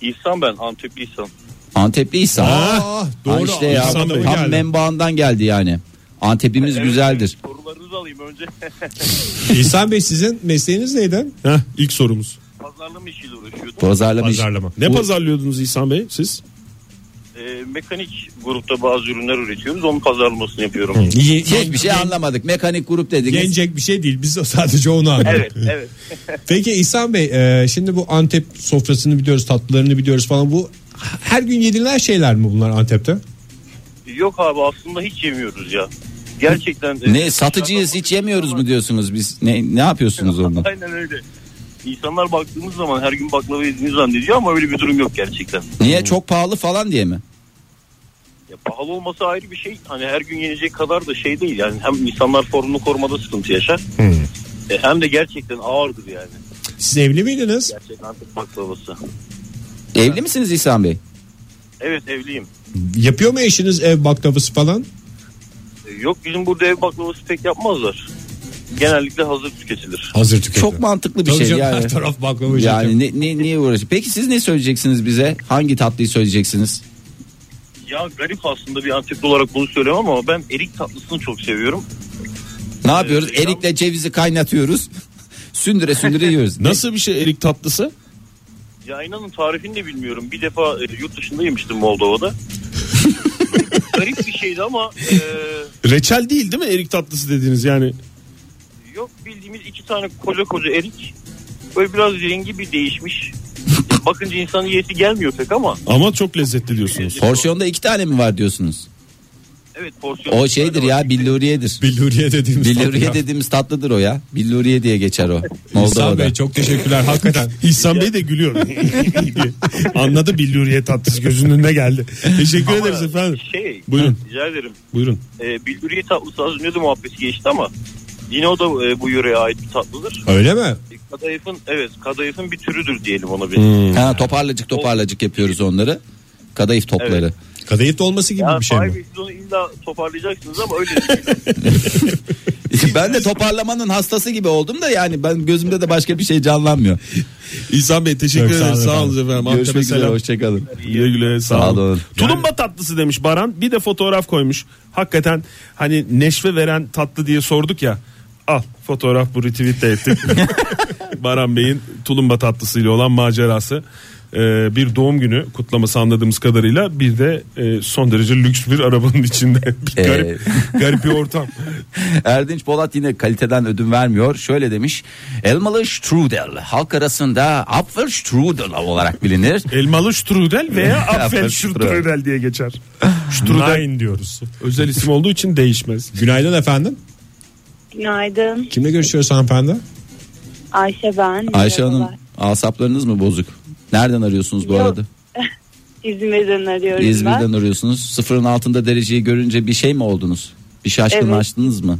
Speaker 5: İhsan ben Antepli İhsan.
Speaker 3: Antepli İsa.
Speaker 2: Aa, doğru.
Speaker 3: Ha işte ya,
Speaker 2: İhsan Bey
Speaker 3: tam
Speaker 2: geldi.
Speaker 3: menbaından geldi yani. Antep'imiz güzeldir.
Speaker 5: Evet, Sorularınızı alayım önce.
Speaker 2: İhsan Bey sizin mesleğiniz neydi?
Speaker 4: Heh, ilk sorumuz.
Speaker 5: Pazarlama işiyle uğraşıyordum.
Speaker 3: Pazarlama iş-
Speaker 2: Pazarlama.
Speaker 4: Ne
Speaker 3: Bu-
Speaker 4: pazarlıyordunuz İhsan Bey siz?
Speaker 5: Ee, mekanik grupta bazı ürünler üretiyoruz. Onun pazarlamasını yapıyorum.
Speaker 2: Ye-
Speaker 3: Hiçbir şey anlamadık. Mekanik grup dedik.
Speaker 2: Yenecek bir şey değil. Biz de sadece onu anladık.
Speaker 5: Evet, evet.
Speaker 2: Peki İhsan Bey e, şimdi bu Antep sofrasını biliyoruz, tatlılarını biliyoruz falan. Bu her gün yedilen şeyler mi bunlar Antep'te?
Speaker 5: Yok abi aslında hiç yemiyoruz ya. Gerçekten. e,
Speaker 3: Ne satıcıyız hiç yemiyoruz mu diyorsunuz biz? Ne ne yapıyorsunuz onunla?
Speaker 5: Aynen öyle. İnsanlar baktığımız zaman her gün baklava yediğini zannediyor ama öyle bir durum yok gerçekten.
Speaker 3: Niye çok pahalı falan diye mi?
Speaker 5: Ya pahalı olması ayrı bir şey. Hani her gün yenecek kadar da şey değil. Yani hem insanlar formunu korumada sıkıntı yaşar.
Speaker 4: Hmm.
Speaker 5: E, hem de gerçekten ağırdır yani.
Speaker 2: Siz evli miydiniz?
Speaker 5: Gerçekten Antep baklavası.
Speaker 3: Evli misiniz İhsan Bey?
Speaker 7: Evet evliyim.
Speaker 2: Yapıyor mu eşiniz ev baklavası falan?
Speaker 7: E, Yok bizim burada ev baklavası pek yapmazlar. Genellikle hazır tüketilir.
Speaker 2: Hazır tüketiyor.
Speaker 3: Çok mantıklı bir
Speaker 2: [LAUGHS] Tabii
Speaker 3: şey
Speaker 2: canım,
Speaker 3: yani.
Speaker 2: Her taraf baklava
Speaker 3: Yani ne, ne, niye uğraş? Peki siz ne söyleyeceksiniz bize? Hangi tatlıyı söyleyeceksiniz?
Speaker 7: [LAUGHS] Ya garip aslında bir Antepli olarak bunu söylüyorum ama ben erik tatlısını çok seviyorum.
Speaker 3: Ne yapıyoruz?
Speaker 7: Ee,
Speaker 3: Erikle cevizi kaynatıyoruz. [LAUGHS] sündüre sündüre
Speaker 4: [LAUGHS]
Speaker 3: yiyoruz.
Speaker 4: Nasıl bir şey erik tatlısı?
Speaker 7: Ya inanın tarifini de bilmiyorum. Bir defa e, yurt dışında yemiştim [LAUGHS] Moldova'da. garip bir şeydi ama e,
Speaker 4: Reçel değil değil mi erik tatlısı dediğiniz yani?
Speaker 7: yok bildiğimiz iki tane koca koca erik. Böyle biraz rengi bir değişmiş. Bakınca insanın yesi gelmiyor pek ama
Speaker 4: Ama çok lezzetli diyorsunuz.
Speaker 3: Porsiyonda iki tane mi var diyorsunuz?
Speaker 7: evet porsiyon.
Speaker 3: O şeydir ya billuriyedir.
Speaker 2: Billuriye dediğimiz
Speaker 3: Billuriye
Speaker 2: tatlı.
Speaker 3: dediğimiz tatlıdır o ya. Billuriye diye geçer o.
Speaker 2: İhsan
Speaker 3: Moldova'da.
Speaker 2: Bey çok teşekkürler
Speaker 3: [LAUGHS]
Speaker 2: hakikaten.
Speaker 4: İhsan Bey de gülüyor. [LAUGHS] Anladı billuriye tatlısı gözünün önüne geldi. Teşekkür ederiz efendim.
Speaker 7: Şey
Speaker 4: Buyurun.
Speaker 7: rica ederim.
Speaker 4: Buyurun.
Speaker 7: E, bildiriye tatlısı az önce de muhabbeti geçti ama yine o da e, bu yöreye ait bir tatlıdır.
Speaker 2: Öyle mi?
Speaker 7: E, Kadayıfın evet kadayıfın bir türüdür diyelim ona bir.
Speaker 2: Hmm.
Speaker 3: Ha, toparlacık toparlacık yapıyoruz onları. Kadayıf topları.
Speaker 2: Kadayıf dolması gibi
Speaker 7: Ya
Speaker 2: bir şey
Speaker 7: Fahir
Speaker 2: mi?
Speaker 7: Bey, siz onu illa toparlayacaksınız ama öyle
Speaker 3: [LAUGHS] ben de toparlamanın hastası gibi oldum da yani ben gözümde de başka bir şey
Speaker 4: [LAUGHS]
Speaker 3: canlanmıyor.
Speaker 4: İhsan Bey teşekkür
Speaker 2: Çok sağ
Speaker 4: ederiz.
Speaker 2: olun
Speaker 4: Sağ olun efendim. Antep'e
Speaker 3: Görüşmek üzere
Speaker 4: selam.
Speaker 3: hoşçakalın.
Speaker 4: Güle güle
Speaker 3: Sağ
Speaker 4: sağ olun.
Speaker 3: olun.
Speaker 4: Tulumba tatlısı demiş Baran. Bir de fotoğraf koymuş. Hakikaten hani neşve veren tatlı diye sorduk ya. Al fotoğraf bu retweet de [LAUGHS] ettik. Baran Bey'in tulumba tatlısıyla olan macerası. Ee, bir doğum günü kutlaması anladığımız kadarıyla bir de e, son derece lüks bir arabanın içinde [LAUGHS] bir garip, garip bir ortam.
Speaker 3: Erdinç Polat yine kaliteden ödün vermiyor. Şöyle demiş. Elmalı strudel halk arasında Apfelstrudel olarak
Speaker 8: [LAUGHS]
Speaker 3: bilinir.
Speaker 4: Elmalı strudel [LAUGHS] veya apfel strudel diye geçer. Strudel diyoruz. Özel isim olduğu için değişmez.
Speaker 2: Günaydın efendim.
Speaker 8: Günaydın.
Speaker 2: Kimle görüşüyoruz hanımefendi?
Speaker 8: Ayşe ben.
Speaker 3: Ayşe
Speaker 8: Merhabalar.
Speaker 3: Hanım asaplarınız mı bozuk? Nereden arıyorsunuz bu
Speaker 8: Yok,
Speaker 3: arada?
Speaker 8: İzmir'den arıyorum ben.
Speaker 3: İzmir'den arıyorsunuz. Sıfırın altında dereceyi görünce bir şey mi oldunuz? Bir şaşkınlaştınız
Speaker 8: Evet.
Speaker 3: açtınız mı?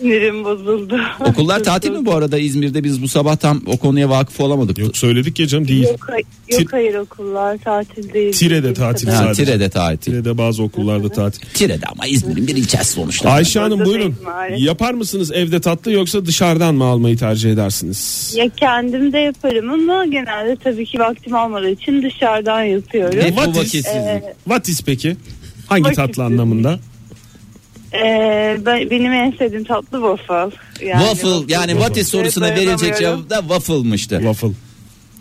Speaker 8: Sinirim bozuldu.
Speaker 3: [LAUGHS] Okullar tatil mi bu arada İzmir'de? Biz bu sabah tam o konuya vakıf olamadık.
Speaker 4: Yok söyledik ya canım değil.
Speaker 8: Yok, hay- yok hayır okullar tatil değil.
Speaker 4: Tire'de tatil
Speaker 3: Ha,
Speaker 4: sadece.
Speaker 3: Tire'de tatil.
Speaker 4: Yine de bazı
Speaker 8: [LAUGHS]
Speaker 4: okullarda tatil.
Speaker 3: Tire'de ama İzmir'in bir ilçesi sonuçta.
Speaker 4: Ayşe Hanım
Speaker 8: Orada
Speaker 4: buyurun.
Speaker 8: değil maalesef.
Speaker 4: Yapar mısınız evde tatlı yoksa dışarıdan mı almayı tercih edersiniz?
Speaker 8: Ya kendim de yaparım ama genelde tabii ki vaktim olmadığı için dışarıdan yapıyorum.
Speaker 3: Hep bu
Speaker 4: What is-
Speaker 3: vakitsizlik.
Speaker 4: What is peki? Hangi tatlı
Speaker 8: Vakitsizlik.
Speaker 4: anlamında?
Speaker 8: Ee, ben, benim en sevdiğim tatlı waffle. Yani
Speaker 3: waffle yani what is sorusuna
Speaker 8: Evet,
Speaker 3: verilecek
Speaker 8: dayanamıyorum.
Speaker 3: cevap da waffle'mıştı.
Speaker 4: Waffle.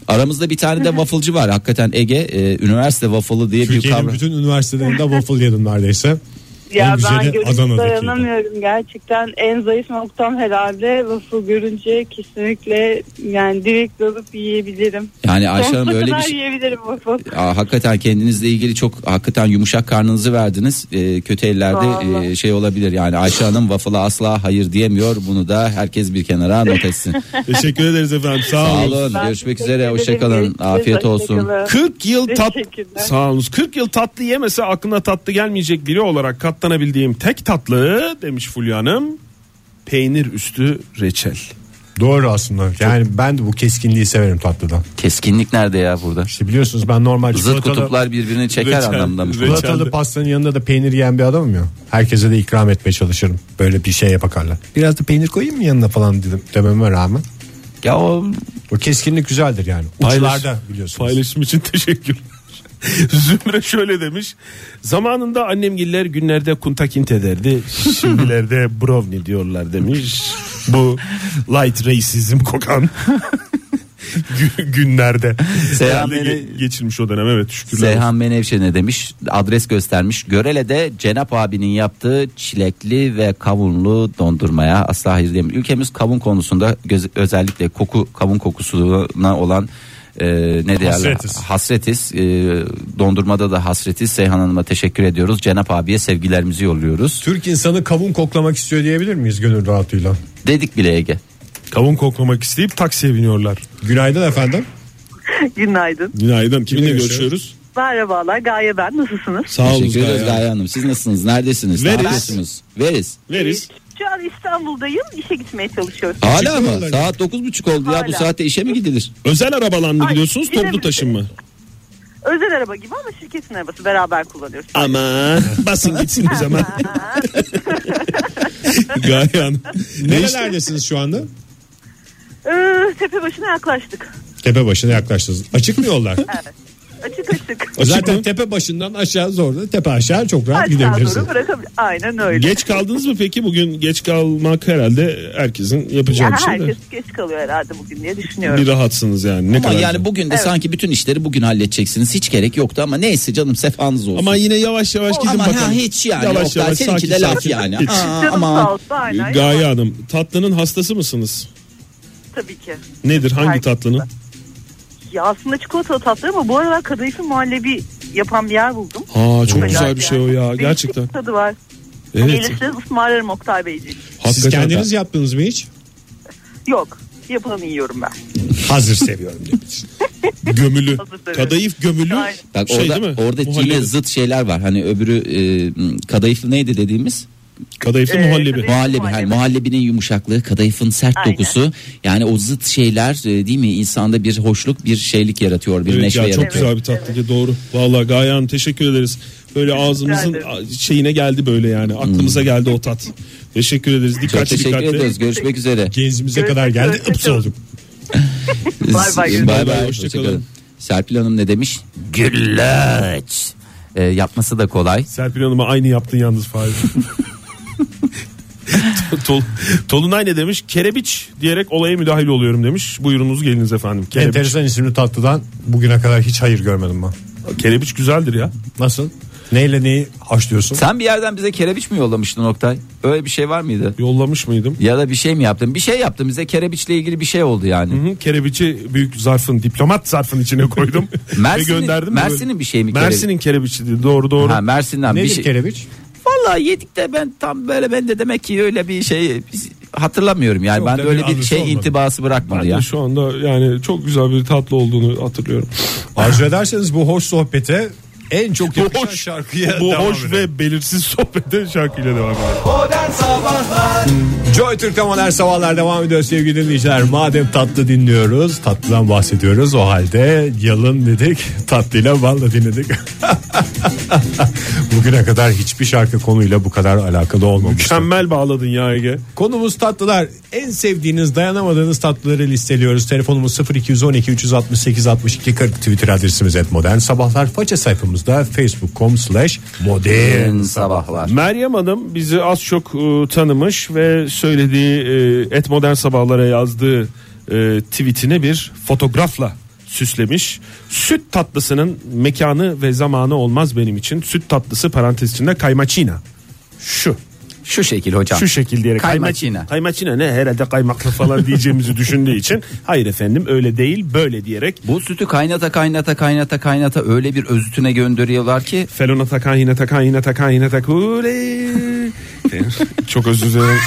Speaker 3: Aramızda bir tane de waffle'cı var. Hakikaten Ege e, üniversite waffle'ı diye bir
Speaker 2: Türkiye'nin
Speaker 3: kavram.
Speaker 2: bütün üniversitelerinde waffle yedim [LAUGHS] neredeyse. En
Speaker 8: Ya
Speaker 2: güzeli
Speaker 8: ben görüntü
Speaker 2: Adana'dakiydi.
Speaker 8: dayanamıyorum gerçekten. En zayıf noktam herhalde waffle görünce kesinlikle yani direkt dalıp yiyebilirim.
Speaker 3: Yani Ayşe Hanım
Speaker 8: Sonsuza
Speaker 3: öyle bir
Speaker 8: kadar
Speaker 3: şey.
Speaker 8: yiyebilirim waffle.
Speaker 3: Aa, hakikaten kendinizle ilgili çok hakikaten yumuşak karnınızı verdiniz. Ee, kötü ellerde
Speaker 8: Vallahi.
Speaker 3: e, şey olabilir. Yani Ayşe Hanım waffle'a asla hayır diyemiyor. Bunu da herkes bir kenara not
Speaker 2: [LAUGHS]
Speaker 3: etsin.
Speaker 4: Teşekkür ederiz efendim. Sağ
Speaker 3: Sağ
Speaker 4: olun.
Speaker 3: olun.
Speaker 8: Ben
Speaker 3: Görüşmek
Speaker 8: teşekkür
Speaker 3: üzere.
Speaker 8: ederim.
Speaker 3: Hoşçakalın.
Speaker 8: Görüşürüz.
Speaker 3: Afiyet olsun.
Speaker 8: [LAUGHS] Hoşçakalın.
Speaker 4: 40 yıl tat
Speaker 8: Teşekkürler.
Speaker 4: Sağ olun. 40 yıl tatlı yemese aklına tatlı gelmeyecek biri olarak katlanabildiğim tek tatlı demiş Fulya Hanım. Peynir üstü reçel.
Speaker 2: Doğru aslında. Yani ben de bu keskinliği severim tatlıdan.
Speaker 3: Keskinlik nerede ya burada?
Speaker 2: İşte biliyorsunuz ben normal
Speaker 3: Zıt
Speaker 2: çikolatalı-
Speaker 3: kutuplar birbirini çeker
Speaker 4: Reçel,
Speaker 3: anlamda mı?
Speaker 4: reçel.
Speaker 2: Çikolatalı pastanın yanında da peynir yiyen bir adamım ya. Herkese de ikram etmeye çalışırım. Böyle bir şeye bakarlar. Biraz da peynir koyayım mı yanına falan dedim dememe rağmen.
Speaker 3: Ya o
Speaker 2: O keskinlik güzeldir yani. Uçlarda biliyorsunuz.
Speaker 4: Paylaşım için [LAUGHS] teşekkürler. Zümre şöyle demiş. Zamanında annemgiller günlerde kuntakint ederdi. [LAUGHS] Şimdilerde brownie diyorlar demiş. Bu light racism kokan [LAUGHS] gü- günlerde.
Speaker 3: Seyhan
Speaker 4: Herhalde
Speaker 3: Bey-
Speaker 4: ge- geçirmiş o dönem evet şükürler. olsun.
Speaker 3: Seyhan Menevşe ne demiş? Adres göstermiş. Görele'de Cenap abinin yaptığı çilekli ve kavunlu dondurmaya asla hayır diyemem. Ülkemiz kavun konusunda göz- özellikle koku kavun kokusuna olan e, ne derler?
Speaker 2: Hasretiz.
Speaker 3: Hasretiz. E, dondurmada da hasretiz. Seyhan Hanım'a teşekkür ediyoruz. Cenap abiye sevgilerimizi yolluyoruz.
Speaker 2: Türk insanı kavun koklamak istiyor diyebilir miyiz gönül rahatlığıyla?
Speaker 3: Dedik bile Ege.
Speaker 4: Kavun koklamak isteyip taksiye biniyorlar.
Speaker 2: Günaydın efendim.
Speaker 1: Günaydın.
Speaker 4: Günaydın. Kiminle
Speaker 2: Kiminle
Speaker 4: görüşüyoruz?
Speaker 1: Merhabalar Gaye ben nasılsınız?
Speaker 4: Sağ olun
Speaker 3: Teşekkür ederiz
Speaker 4: Gaye.
Speaker 3: Gaye Hanım. Siz nasılsınız? Neredesiniz? Ne
Speaker 4: Veriz.
Speaker 3: yapıyorsunuz? Veriz.
Speaker 4: Veriz.
Speaker 1: Şu an İstanbul'dayım işe gitmeye çalışıyorum.
Speaker 3: Hala
Speaker 2: Teşekkür
Speaker 3: mı?
Speaker 2: ederim.
Speaker 3: Saat dokuz buçuk oldu ya. Bu
Speaker 1: Hala.
Speaker 3: saatte işe mi gidilir?
Speaker 4: Özel arabalandı
Speaker 1: Ay,
Speaker 4: gidiyorsunuz
Speaker 1: gidelim.
Speaker 4: toplu taşınma.
Speaker 8: Özel araba gibi ama şirketin arabası beraber kullanıyoruz.
Speaker 4: Aman [LAUGHS] basın gitsin
Speaker 2: [LAUGHS]
Speaker 4: o zaman.
Speaker 8: Ha,
Speaker 4: Gaye Hanım.
Speaker 2: Nerelerdesiniz şu anda?
Speaker 8: ee, tepe başına yaklaştık.
Speaker 2: Tepe başına yaklaştınız. Açık mı
Speaker 4: [LAUGHS]
Speaker 2: yollar?
Speaker 8: Açık açık.
Speaker 2: Zaten tepe başından aşağı zorla tepe aşağı çok rahat
Speaker 8: Aşağı
Speaker 2: gidebilirsiniz.
Speaker 8: doğru bırakabilir. Aynen öyle.
Speaker 4: Geç kaldınız mı peki? Bugün geç kalmak herhalde herkesin yapacağı
Speaker 8: Ya
Speaker 4: bir şey de.
Speaker 8: herkes geç kalıyor herhalde bugün diye düşünüyorum.
Speaker 4: Bir rahatsınız yani. Ne
Speaker 3: Ama
Speaker 4: kadar
Speaker 3: yani bugün de sanki bütün işleri bugün halledeceksiniz. Hiç gerek yoktu ama neyse canım sefanız olsun.
Speaker 4: Ama yine yavaş yavaş gidin
Speaker 3: Aman
Speaker 4: bakalım.
Speaker 3: ha, hiç yani. Oktay, seninki de laf yani.
Speaker 4: Hiç.
Speaker 3: Aa,
Speaker 8: Canım sağ
Speaker 3: aman.
Speaker 8: olsun aynen.
Speaker 4: Gaye Hanım tatlının hastası mısınız?
Speaker 8: Tabii ki.
Speaker 4: Nedir hangi
Speaker 8: Hayır.
Speaker 4: tatlının?
Speaker 8: Ya aslında çikolatalı tatlı ama bu aralar kadayıfı muhallebi yapan bir yer buldum.
Speaker 4: Aa çok güzel
Speaker 8: Acayip
Speaker 4: bir şey o
Speaker 8: yani.
Speaker 4: ya
Speaker 8: Değişik
Speaker 4: gerçekten.
Speaker 8: bir tadı var.
Speaker 4: Evet.
Speaker 8: Gelirseniz ısmarlarım Oktay Beyciğim.
Speaker 2: Siz
Speaker 4: Hakikaten.
Speaker 2: kendiniz yaptınız mı hiç?
Speaker 8: Yok. Yapanı yiyorum ben.
Speaker 2: Hazır seviyorum demiş.
Speaker 4: gömülü.
Speaker 8: Hazır severim.
Speaker 4: Kadayıf gömülü.
Speaker 8: Aynen.
Speaker 3: Bak
Speaker 4: Şey
Speaker 3: orada,
Speaker 4: değil mi?
Speaker 3: orada yine
Speaker 4: Muhallebi.
Speaker 3: zıt şeyler var. Hani öbürü e, m, kadayıflı neydi dediğimiz?
Speaker 4: Kadayıflı
Speaker 8: Ee,
Speaker 4: muhallebi.
Speaker 8: kadayıf-
Speaker 3: Muhallebi.
Speaker 8: Muhallebi.
Speaker 3: Hani muhallebinin yumuşaklığı, kadayıfın sert
Speaker 8: Aynen.
Speaker 3: dokusu. Yani o zıt şeyler e, değil mi? İnsanda bir hoşluk, bir şeylik yaratıyor, bir
Speaker 4: Evet
Speaker 3: neşe
Speaker 4: ya çok
Speaker 3: yaratıyor.
Speaker 4: güzel bir tatlı doğru. Vallahi Gaye Hanım teşekkür ederiz. Böyle ağzımızın a- şeyine geldi böyle yani aklımıza geldi o tat. Teşekkür ederiz.
Speaker 3: Hmm. Çok
Speaker 4: Dikkatli
Speaker 3: teşekkür
Speaker 4: dikkatli.
Speaker 3: ediyoruz. Görüşmek üzere.
Speaker 2: Genzimize kadar geldi ıps olduk.
Speaker 8: Bay bay.
Speaker 3: Bay bay.
Speaker 4: Bay bay,
Speaker 3: Hoşça
Speaker 4: hoşçakalın.
Speaker 3: kalın. Serpil Hanım ne demiş? Güllaç. E, yapması da kolay.
Speaker 4: Serpil Hanım'a aynı yaptın yalnız Fahri. [LAUGHS] Tol- Tolunay ne demiş? Kerebiç diyerek olaya müdahil oluyorum demiş. Buyurunuz geliniz efendim. Kerebiç,
Speaker 2: Enteresan isimli tatlıdan bugüne kadar hiç hayır görmedim ben.
Speaker 4: kerebiç güzeldir ya.
Speaker 2: Nasıl? Neyle neyi haşlıyorsun?
Speaker 3: Sen bir yerden bize kerebiç mi yollamıştın Oktay? Öyle bir şey var mıydı?
Speaker 4: Yollamış mıydım?
Speaker 3: Ya da bir şey mi yaptın? Bir şey yaptın bize kerebiçle ilgili bir şey oldu yani.
Speaker 4: Hı, Kerebiçi büyük zarfın, diplomat zarfın içine
Speaker 3: [LAUGHS]
Speaker 4: koydum. Ve
Speaker 3: Mersin'in-
Speaker 4: şey gönderdim.
Speaker 3: Mersin'in bir şey mi kerebiç?
Speaker 4: Mersin'in kerebiçi doğru doğru.
Speaker 3: Ha Mersin'den
Speaker 2: Nedir
Speaker 3: bir şey.
Speaker 2: kerebiç?
Speaker 3: Vallahi yedik de ben tam böyle ben de demek ki öyle bir şey hatırlamıyorum yani.
Speaker 2: Çok
Speaker 3: ben de
Speaker 2: da bir
Speaker 3: öyle bir
Speaker 2: anısı
Speaker 3: şey
Speaker 2: olmadı.
Speaker 3: intibası bırakmadı ya.
Speaker 4: Şu anda yani çok güzel bir tatlı
Speaker 2: [LAUGHS]
Speaker 4: olduğunu hatırlıyorum.
Speaker 2: Arzu ederseniz bu hoş sohbete en çok
Speaker 4: Bu
Speaker 2: yakışan
Speaker 4: hoş,
Speaker 2: şarkıya
Speaker 4: bu
Speaker 2: devam
Speaker 4: hoş
Speaker 2: edelim.
Speaker 4: ve belirsiz sohbete şarkıyla devam edelim.
Speaker 2: Joy Türk'te modern sabahlar devam ediyor sevgili dinleyiciler. Madem tatlı dinliyoruz, tatlıdan bahsediyoruz. O halde yalın dedik, [LAUGHS] tatlıyla balla dinledik. [LAUGHS] Bugüne kadar hiçbir şarkı konuyla bu kadar alakalı olmamıştı.
Speaker 4: Mükemmel bağladın ya Ege.
Speaker 2: Konumuz tatlılar. En sevdiğiniz, dayanamadığınız tatlıları listeliyoruz. Telefonumuz 0212 368 62 40. Twitter adresimiz et modern sabahlar. Faça sayfamızda facebook.com slash modern
Speaker 3: En sabahlar.
Speaker 4: Meryem Hanım bizi az çok e, tanımış ve söylediği e, et modern sabahlara yazdığı e, tweetine bir fotoğrafla süslemiş. Süt tatlısının mekanı ve zamanı olmaz benim için. Süt tatlısı parantez içinde kaymaçina. Şu.
Speaker 3: Şu şekil hocam.
Speaker 4: Şu şekil diyerek
Speaker 3: Kaymaçina.
Speaker 4: kayma- Kaymaçina ne herhalde kaymaklı falan diyeceğimizi düşündüğü için hayır efendim öyle değil böyle diyerek
Speaker 3: Bu sütü kaynata kaynata kaynata kaynata öyle bir özütüne gönderiyorlar ki
Speaker 4: Felona takan yine takan yine takan yine tak Uley. Çok özür dilerim.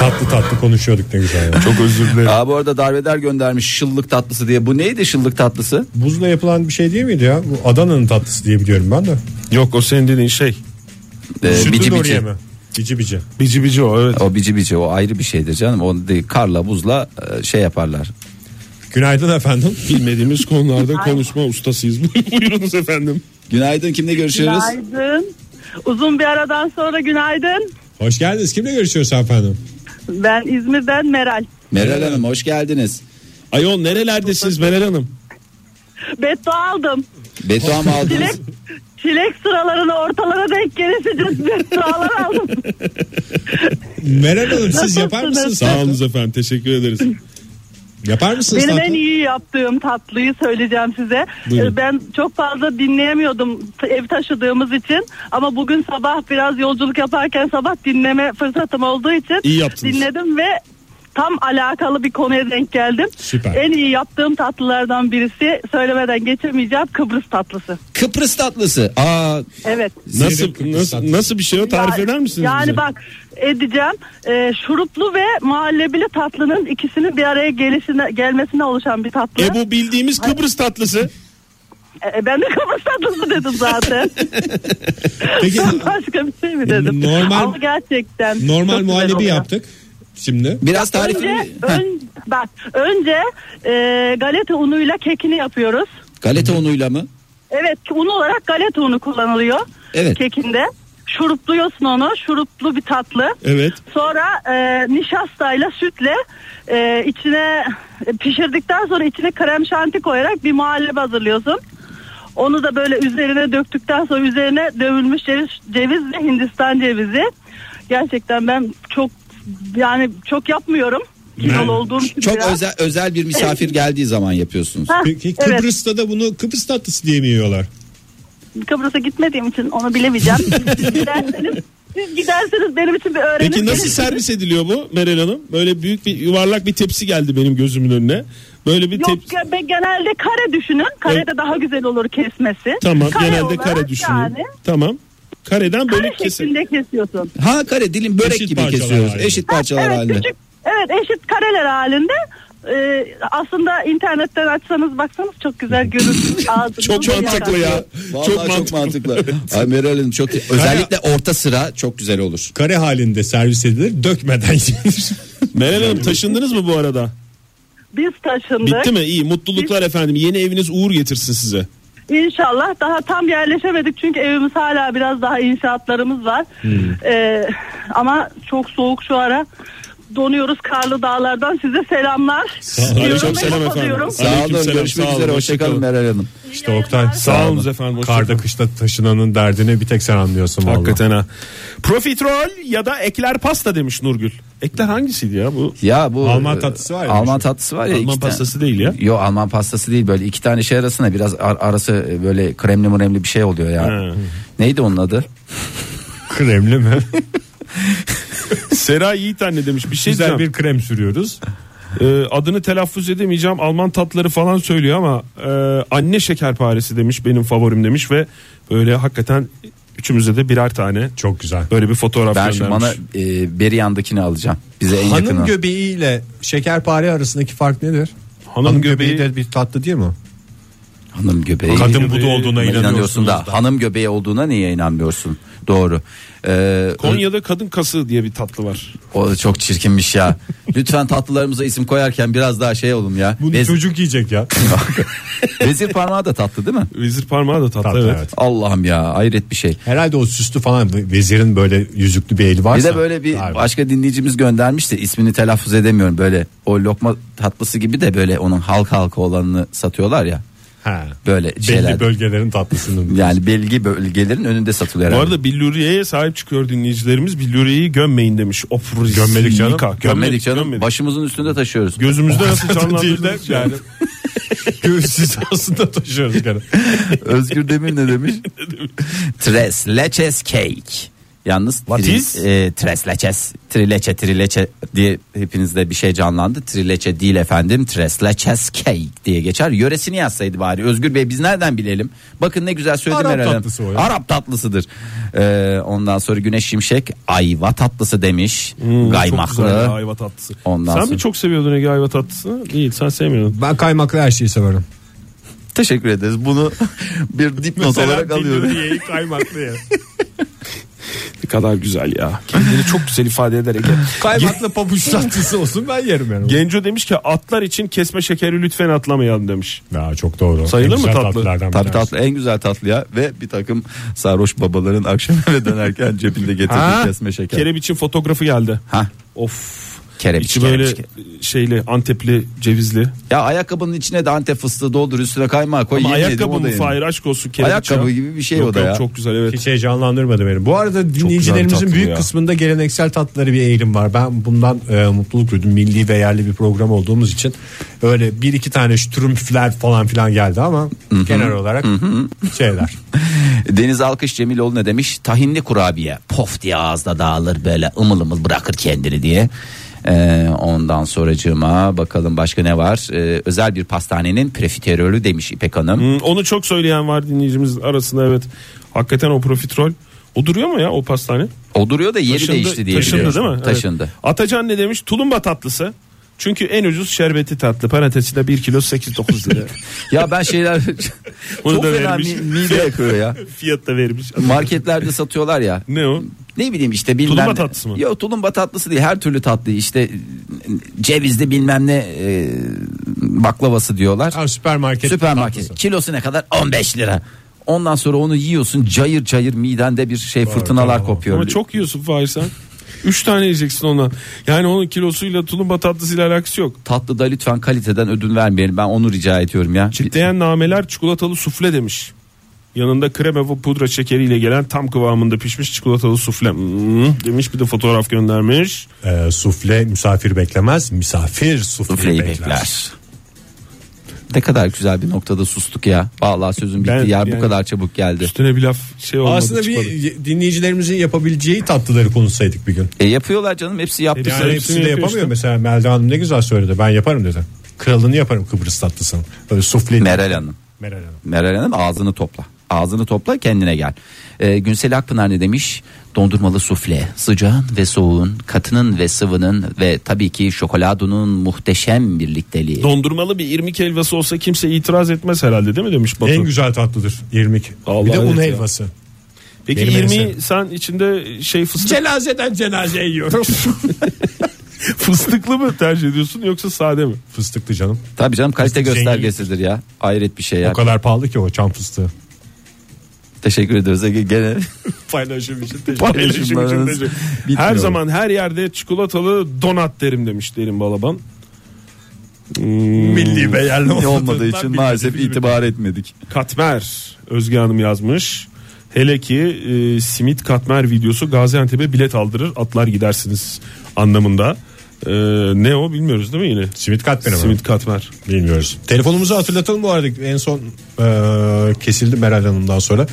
Speaker 2: Tatlı tatlı konuşuyorduk ne güzel. ya.
Speaker 4: Çok özür dilerim.
Speaker 3: Aa, bu arada darveder göndermiş şıllık tatlısı diye. Bu neydi şıllık tatlısı?
Speaker 2: Buzla yapılan bir şey değil miydi ya? Bu Adana'nın tatlısı diye biliyorum ben de.
Speaker 4: Yok o senin dediğin şey.
Speaker 3: Ee,
Speaker 2: Sütlü
Speaker 3: bici
Speaker 2: Doriye
Speaker 3: bici.
Speaker 2: mi? Bici bici.
Speaker 4: Bici bici o evet.
Speaker 3: O bici bici o ayrı bir şeydir canım. O değil, karla buzla e, şey yaparlar.
Speaker 2: Günaydın efendim.
Speaker 4: Bilmediğimiz konularda konuşma ustasıyız. [LAUGHS] Buyurunuz efendim.
Speaker 3: Günaydın kimle görüşüyoruz?
Speaker 8: Günaydın. Uzun bir aradan sonra günaydın.
Speaker 2: Hoş geldiniz. Kimle görüşüyoruz efendim?
Speaker 8: Ben İzmir'den Meral.
Speaker 3: Meral Hanım hoş geldiniz.
Speaker 4: Ayol nerelerdesiniz Meral Hanım?
Speaker 8: Beddua aldım.
Speaker 3: Betuam aldınız.
Speaker 8: Dilek, çilek sıralarını ortalara denk [LAUGHS] gelirse beddualar aldım.
Speaker 2: Ee, Meral Hanım siz
Speaker 8: Nasılsınız?
Speaker 2: yapar mısınız?
Speaker 4: Sağ
Speaker 2: tatlı?
Speaker 4: olun efendim teşekkür ederiz.
Speaker 2: Yapar mısınız
Speaker 8: Benim en
Speaker 2: tatlı?
Speaker 8: iyi yaptığım tatlıyı söyleyeceğim size.
Speaker 4: Buyurun.
Speaker 8: Ee, Ben çok fazla dinleyemiyordum t- ev taşıdığımız için. Ama bugün sabah biraz yolculuk yaparken sabah dinleme fırsatım olduğu için
Speaker 4: İyi yaptınız.
Speaker 8: dinledim ve tam alakalı bir konuya denk geldim.
Speaker 2: Süper.
Speaker 8: En iyi yaptığım tatlılardan birisi söylemeden geçemeyeceğim Kıbrıs tatlısı.
Speaker 3: Kıbrıs tatlısı. Aa,
Speaker 8: Evet.
Speaker 4: Nasıl nasıl, nasıl bir şey o tarif
Speaker 8: Ya-
Speaker 4: eder misiniz?
Speaker 8: Yani
Speaker 4: bize?
Speaker 8: bak edeceğim. Ee, şuruplu ve muhallebili tatlının ikisinin bir araya gelişine gelmesine oluşan bir tatlı.
Speaker 4: E bu bildiğimiz Kıbrıs tatlısı.
Speaker 8: E, ben de Kıbrıs
Speaker 2: [LAUGHS]
Speaker 8: tatlısı dedim zaten.
Speaker 2: Peki e,
Speaker 8: Başka bir şey mi dedim?
Speaker 2: Normal-
Speaker 8: Ama gerçekten. çok
Speaker 2: normal
Speaker 8: güzel
Speaker 2: muhallebi
Speaker 8: oluyor.
Speaker 2: yaptık. Şimdi
Speaker 3: biraz tarif
Speaker 8: Önce, ön, bak, önce e, galeta unuyla kekini yapıyoruz.
Speaker 3: Galeta unuyla mı?
Speaker 8: Evet un olarak galeta unu kullanılıyor
Speaker 3: Evet.
Speaker 8: kekinde. Şurupluyorsun onu. Şuruplu bir tatlı.
Speaker 4: Evet.
Speaker 8: Sonra e, nişastayla sütle e, içine e, pişirdikten sonra içine krem şanti koyarak bir muhallebi hazırlıyorsun. Onu da böyle üzerine döktükten sonra üzerine dövülmüş ceviz, ceviz ve Hindistan cevizi. Gerçekten ben çok yani çok yapmıyorum. Kilolu olduğum için
Speaker 3: Çok
Speaker 8: biraz.
Speaker 3: özel özel bir misafir geldiği zaman yapıyorsunuz.
Speaker 8: Heh,
Speaker 9: Peki
Speaker 8: evet.
Speaker 9: Kıbrıs'ta da bunu Kıbrıs tatlısı diye mi yiyorlar?
Speaker 8: Kıbrıs'a gitmediğim için
Speaker 9: [LAUGHS]
Speaker 8: onu bilemeyeceğim. Siz giderseniz, siz giderseniz benim için bir öğrenin.
Speaker 9: Peki
Speaker 8: [LAUGHS]
Speaker 9: nasıl
Speaker 8: Benim-
Speaker 9: servis ediliyor bu Meral Hanım? Böyle büyük bir yuvarlak bir tepsi geldi benim gözümün önüne. Böyle bir
Speaker 8: Yok
Speaker 9: tepsi.
Speaker 8: ya, ben genelde kare düşünün. Kare
Speaker 9: Evet.
Speaker 8: de daha güzel olur kesmesi.
Speaker 9: Tamam
Speaker 8: Kare
Speaker 9: genelde
Speaker 8: olarak
Speaker 9: kare düşünün.
Speaker 8: Yani
Speaker 9: Tamam. Kareden böyle
Speaker 8: kare
Speaker 9: kesin.
Speaker 8: şeklinde kesiyorsun.
Speaker 3: Ha kare dilim börek
Speaker 9: Eşit
Speaker 3: gibi
Speaker 9: parçalar
Speaker 3: kesiyoruz.
Speaker 9: halinde.
Speaker 3: Eşit parçalar
Speaker 8: evet
Speaker 3: halinde.
Speaker 8: küçük evet eşit kareler halinde. Ee, aslında internetten açsanız baksanız çok güzel
Speaker 9: [LAUGHS]
Speaker 8: görürsünüz. Ağzınızın
Speaker 9: Çok
Speaker 8: da
Speaker 9: mantıklı ya.
Speaker 8: yakar.
Speaker 3: Vallahi
Speaker 9: çok mantıklı. Hani-
Speaker 3: Ay Meral Hanım çok özellikle orta sıra çok güzel olur.
Speaker 2: Kare halinde servis edilir dökmeden yenir.
Speaker 9: [LAUGHS] Meral Hanım taşındınız mı bu arada?
Speaker 8: Biz taşındık.
Speaker 9: Bitti mi? İyi. Mutluluklar efendim. Yeni eviniz uğur getirsin size.
Speaker 8: İnşallah daha tam yerleşemedik çünkü evimiz hala biraz daha inşaatlarımız var.
Speaker 9: Hmm.
Speaker 8: Ee, ama çok soğuk şu ara. Donuyoruz karlı dağlardan size selamlar.
Speaker 9: olun.
Speaker 8: diyorum
Speaker 9: Çok
Speaker 8: ve
Speaker 9: selam efendim.
Speaker 8: kapatıyorum.
Speaker 3: Sağ olun.
Speaker 9: Aleykümselam,
Speaker 3: Görüşmek
Speaker 9: sağ olun,
Speaker 3: üzere.
Speaker 9: hoşçakalın.
Speaker 3: Hoşçakalın Meral Hanım.
Speaker 2: İşte Oktay
Speaker 4: Sağ olun efendim. hoşça
Speaker 2: Karda kışta taşınanın derdini bir tek sen anlıyorsun vallahi.
Speaker 4: Hakikaten ha. Profiterol ya da ekler pasta demiş Nurgül. Ekler hangisiydi ya bu?
Speaker 3: Ya bu
Speaker 2: Alman tatlısı var ya
Speaker 3: Alman
Speaker 2: meşhur.
Speaker 3: tatlısı var ya.
Speaker 4: Alman
Speaker 3: iki tane-
Speaker 4: pastası değil ya.
Speaker 3: Yo Alman pastası değil böyle iki tane şey arasına biraz ar- arası e, böyle kremli mremli bir şey oluyor ya.
Speaker 4: Ha.
Speaker 3: Neydi onun adı?
Speaker 2: Kremli
Speaker 4: [LAUGHS]
Speaker 2: mi?
Speaker 4: Sera Yiğit anne demiş bir şey
Speaker 2: Güzel bir
Speaker 4: diyeceğim.
Speaker 2: krem sürüyoruz.
Speaker 4: Ee, adını telaffuz edemeyeceğim Alman tatları falan söylüyor ama e, anne şekerparesi demiş benim favorim demiş ve böyle hakikaten üçümüze de birer tane
Speaker 2: Çok güzel.
Speaker 4: böyle bir fotoğraf
Speaker 3: Ben şu
Speaker 4: göndermiş.
Speaker 3: bana e, beri yandakini alacağım. Bize en
Speaker 2: Hanım
Speaker 3: yakını.
Speaker 2: göbeğiyle şekerpare arasındaki fark nedir?
Speaker 4: Hanım
Speaker 2: Hanım göbeği,
Speaker 4: göbeği
Speaker 2: de bir tatlı değil mi?
Speaker 3: hanım göbeği.
Speaker 2: Kadın budu
Speaker 4: göbeği-
Speaker 2: olduğuna inanıyorsun
Speaker 3: inanıyorsun
Speaker 2: da.
Speaker 3: da hanım göbeği olduğuna niye inanmıyorsun? Doğru. Ee,
Speaker 4: Konya'da kadın kası diye bir tatlı var.
Speaker 3: O çok çirkinmiş ya. Lütfen tatlılarımıza isim koyarken biraz daha şey olun ya.
Speaker 2: Bunu
Speaker 3: Vez-
Speaker 2: çocuk yiyecek ya.
Speaker 3: [LAUGHS] Vezir parmağı da tatlı değil mi?
Speaker 4: Vezir parmağı da tatlı,
Speaker 2: Tatlı,
Speaker 4: evet.
Speaker 2: evet.
Speaker 3: Allah'ım ya hayret bir şey.
Speaker 2: Herhalde o süslü falan vezirin böyle yüzüklü bir eli varsa.
Speaker 3: Bir de böyle bir
Speaker 2: Harbi.
Speaker 3: başka dinleyicimiz göndermişti. İsmini telaffuz edemiyorum. Böyle o lokma tatlısı gibi de böyle onun halka halka olanını satıyorlar ya.
Speaker 2: Ha.
Speaker 3: Böyle şeyler.
Speaker 2: Belli bölgelerin tatlısının. [LAUGHS]
Speaker 3: yani belgi bölgelerin önünde satılıyor
Speaker 4: Bu
Speaker 3: herhalde.
Speaker 4: arada billuriyeye sahip çıkıyor dinleyicilerimiz. Billuriyeyi gömmeyin demiş. Of, rezil
Speaker 2: Gömmedik canım.
Speaker 4: yıka.
Speaker 3: gömmedik canım.
Speaker 4: gömmedik.
Speaker 3: Başımızın üstünde taşıyoruz.
Speaker 4: Gözümüzde nasıl
Speaker 2: Değil de
Speaker 4: canlandırdınız yani?
Speaker 2: yani. Göğsüz aslında taşıyoruz gene.
Speaker 3: Özgür Demir ne
Speaker 4: [LAUGHS]
Speaker 3: demiş? tres leches cake. Yalnız tri-
Speaker 4: is?
Speaker 3: e, tres leches, trileçe, trileçe diye hepinizde bir şey canlandı. Trileçe değil efendim, tres leches cake diye geçer. Yöresini yazsaydı bari. Özgür Bey biz nereden bilelim? Bakın ne güzel söyledim
Speaker 2: Arap
Speaker 3: herhalde.
Speaker 2: tatlısı o ya.
Speaker 3: Arap tatlısıdır. Ee, ondan sonra Güneş Şimşek ayva tatlısı demiş.
Speaker 4: Hmm, Çok güzel ya,
Speaker 3: Gaymaklı.
Speaker 4: ayva tatlısı.
Speaker 3: Ondan
Speaker 4: sen
Speaker 3: sonra-
Speaker 4: mi çok seviyordun Ege ayva tatlısını? Değil sen sevmiyordun.
Speaker 2: Ben kaymaklı her şeyi severim.
Speaker 3: Teşekkür ederiz. Bunu bir dipnot olarak alıyorum.
Speaker 4: Billuriyeyi kaymaklı ya. ne kadar güzel ya. Kendini çok güzel ifade
Speaker 3: [LAUGHS]
Speaker 4: eder Ege.
Speaker 2: Kaymaklı pabuç tatlısı olsun ben yerim yani.
Speaker 4: Genco demiş ki atlar için kesme şekeri lütfen atlamayalım demiş.
Speaker 2: Ya çok doğru.
Speaker 4: Sayılır
Speaker 2: En
Speaker 4: mı
Speaker 2: güzel
Speaker 4: tatlı?
Speaker 2: tatlılardan bir
Speaker 3: Tabii
Speaker 2: tanesi.
Speaker 3: tatlı en güzel tatlıya ve bir takım sarhoş babaların [LAUGHS] akşam eve dönerken cebinde getirdiği
Speaker 4: Ha?
Speaker 3: kesme şeker.
Speaker 4: Kerebiç'in fotoğrafı geldi.
Speaker 3: ha.
Speaker 4: Of.
Speaker 3: Kerebiç,
Speaker 4: İçi böyle
Speaker 3: kerebiç,
Speaker 4: şeyli Antepli cevizli.
Speaker 3: Ya ayakkabının içine de antep fıstığı doldur üstüne kaymağı koy.
Speaker 4: Ama
Speaker 3: yeni yedim,
Speaker 4: ayakkabı
Speaker 3: o da
Speaker 4: mı
Speaker 3: yeni.
Speaker 4: Fahir aşk olsun kerebiç
Speaker 3: Ayakkabı
Speaker 4: ya.
Speaker 3: gibi bir şey
Speaker 4: Yok,
Speaker 3: o da
Speaker 4: yok,
Speaker 3: ya.
Speaker 4: Çok güzel evet.
Speaker 2: Hiç heyecanlandırmadı beni. Bu arada
Speaker 4: güzel
Speaker 2: dinleyicilerimizin
Speaker 4: bir
Speaker 2: büyük
Speaker 4: tatlı ya.
Speaker 2: kısmında geleneksel tatlıları bir eğilim var. Ben bundan e, mutluluk duydum. Milli ve yerli bir program olduğumuz için öyle bir iki tane ştrümpfler falan filan geldi ama genel olarak şeyler.
Speaker 3: Deniz Alkış Cemiloğlu ne demiş? Tahinli kurabiye. Pof diye ağızda dağılır böyle ımıl ımıl bırakır kendini diye. Ee, ondan sonracığıma bakalım başka ne var? Ee, özel bir pastanenin prefiterolü demiş İpek Hanım.
Speaker 4: Hmm, onu çok söyleyen var dinleyicimiz arasında evet. Hakikaten o profiterol. O duruyor mu ya o pastane?
Speaker 3: O duruyor da yeri
Speaker 4: Taşındı-
Speaker 3: değişti diye
Speaker 4: Taşındı
Speaker 3: biliyorum.
Speaker 4: değil mi? Evet.
Speaker 3: Taşındı.
Speaker 4: Atacan ne demiş? Tulumba tatlısı. Çünkü en ucuz şerbeti tatlı. Parantezinde 1 kilo
Speaker 3: [LAUGHS]
Speaker 4: 8-9 lira.
Speaker 3: Ya ben
Speaker 4: [LAUGHS]
Speaker 3: şeyler
Speaker 4: Onu
Speaker 3: çok
Speaker 4: da
Speaker 3: fena
Speaker 4: vermiş.
Speaker 3: mi, mide yakıyor
Speaker 4: [LAUGHS]
Speaker 3: ya.
Speaker 4: Fiyat da vermiş.
Speaker 3: Marketlerde satıyorlar ya.
Speaker 4: Ne o?
Speaker 3: Ne bileyim işte bilmem
Speaker 4: Tulumba
Speaker 3: ne-
Speaker 4: tatlısı mı?
Speaker 3: Yok tulumba tatlısı değil her türlü tatlıyı işte e, cevizli bilmem ne e, baklavası diyorlar.
Speaker 2: Ha, süpermarket.
Speaker 3: Süpermarket.
Speaker 2: tatlısı.
Speaker 3: Kilosu ne kadar? 15 lira. Ondan sonra onu yiyorsun cayır cayır midende bir şey fırtınalar kopuyor.
Speaker 4: Ama çok yiyorsun Fahir sen. 3 tane yiyeceksin ondan. Yani onun kilosuyla tulumba tatlısıyla alakası yok.
Speaker 3: Tatlı da lütfen kaliteden ödün vermeyelim. Ben onu rica ediyorum ya.
Speaker 4: Çitleyen nameler çikolatalı sufle demiş. Yanında krema ve pudra şekeriyle gelen tam kıvamında pişmiş çikolatalı sufle Hmm, demiş bir de fotoğraf göndermiş.
Speaker 2: Ee, sufle misafir beklemez. Misafir sufleyi,
Speaker 3: Sufleyi
Speaker 2: bekler.
Speaker 3: bekler. Ne kadar güzel bir noktada sustuk ya. Vallahi sözün bitti.
Speaker 4: Ben-
Speaker 3: yer
Speaker 4: yani-
Speaker 3: bu kadar çabuk geldi.
Speaker 4: Üstüne bir laf şey olmadı
Speaker 2: Aslında
Speaker 4: çıkmadı.
Speaker 2: bir dinleyicilerimizin yapabileceği tatlıları konuşsaydık bir gün.
Speaker 3: E yapıyorlar canım hepsi yaptı.
Speaker 2: Yani
Speaker 4: hepsini
Speaker 2: hepsini de
Speaker 4: yapıyor
Speaker 2: yapamıyor.
Speaker 4: işte.
Speaker 2: Mesela Melda Hanım ne güzel söyledi. Ben yaparım dedi. Kralını yaparım Kıbrıs tatlısını. Böyle sufle.
Speaker 3: Meral Hanım.
Speaker 2: Meral Hanım.
Speaker 3: Meral Hanım ağzını topla. Ağzını topla kendine gel. Ee, Günsel Akpınar ne demiş? Dondurmalı sufle sıcağın ve soğuğun katının ve sıvının ve tabii ki şokoladonun muhteşem birlikteliği.
Speaker 4: Dondurmalı bir irmik helvası olsa kimse itiraz etmez herhalde değil mi demiş Batu.
Speaker 2: En güzel tatlıdır irmik.
Speaker 4: Allah
Speaker 2: bir de un
Speaker 4: evet ya.
Speaker 2: helvası.
Speaker 4: Peki
Speaker 2: Benim en
Speaker 4: irmiği
Speaker 2: sevdiğim.
Speaker 4: sen içinde şey fıstık,
Speaker 2: Cenazeden cenaze yiyorum.
Speaker 4: [LAUGHS] fıstıklı mı tercih ediyorsun yoksa sade mi?
Speaker 2: Fıstıklı canım.
Speaker 3: Tabii canım kalite
Speaker 2: Zengin.
Speaker 3: göstergesidir ya. Hayret bir şey ya.
Speaker 2: O kadar pahalı ki o çam fıstığı.
Speaker 3: Teşekkür ediyoruz. Ege Gene
Speaker 2: Paylaşım için
Speaker 3: [LAUGHS]
Speaker 4: Paylaşım için
Speaker 3: paylaşımlarınız
Speaker 4: de-
Speaker 3: bitmiyor.
Speaker 4: Her zaman her yerde çikolatalı donat derim demiş Derin Balaban.
Speaker 2: Milli ve yerli
Speaker 3: olmadığı için maalesef itibar etmedik.
Speaker 4: Katmer Özge Hanım yazmış. Hele ki e, simit katmer videosu Gaziantep'e bilet aldırır atlar gidersiniz anlamında. E, ne o bilmiyoruz değil mi yine?
Speaker 2: Simit katmeri mi?
Speaker 4: Simit katmer.
Speaker 2: Bilmiyoruz. Telefonumuzu hatırlatalım bu arada. En son e, kesildi Meral Hanım'dan sonra.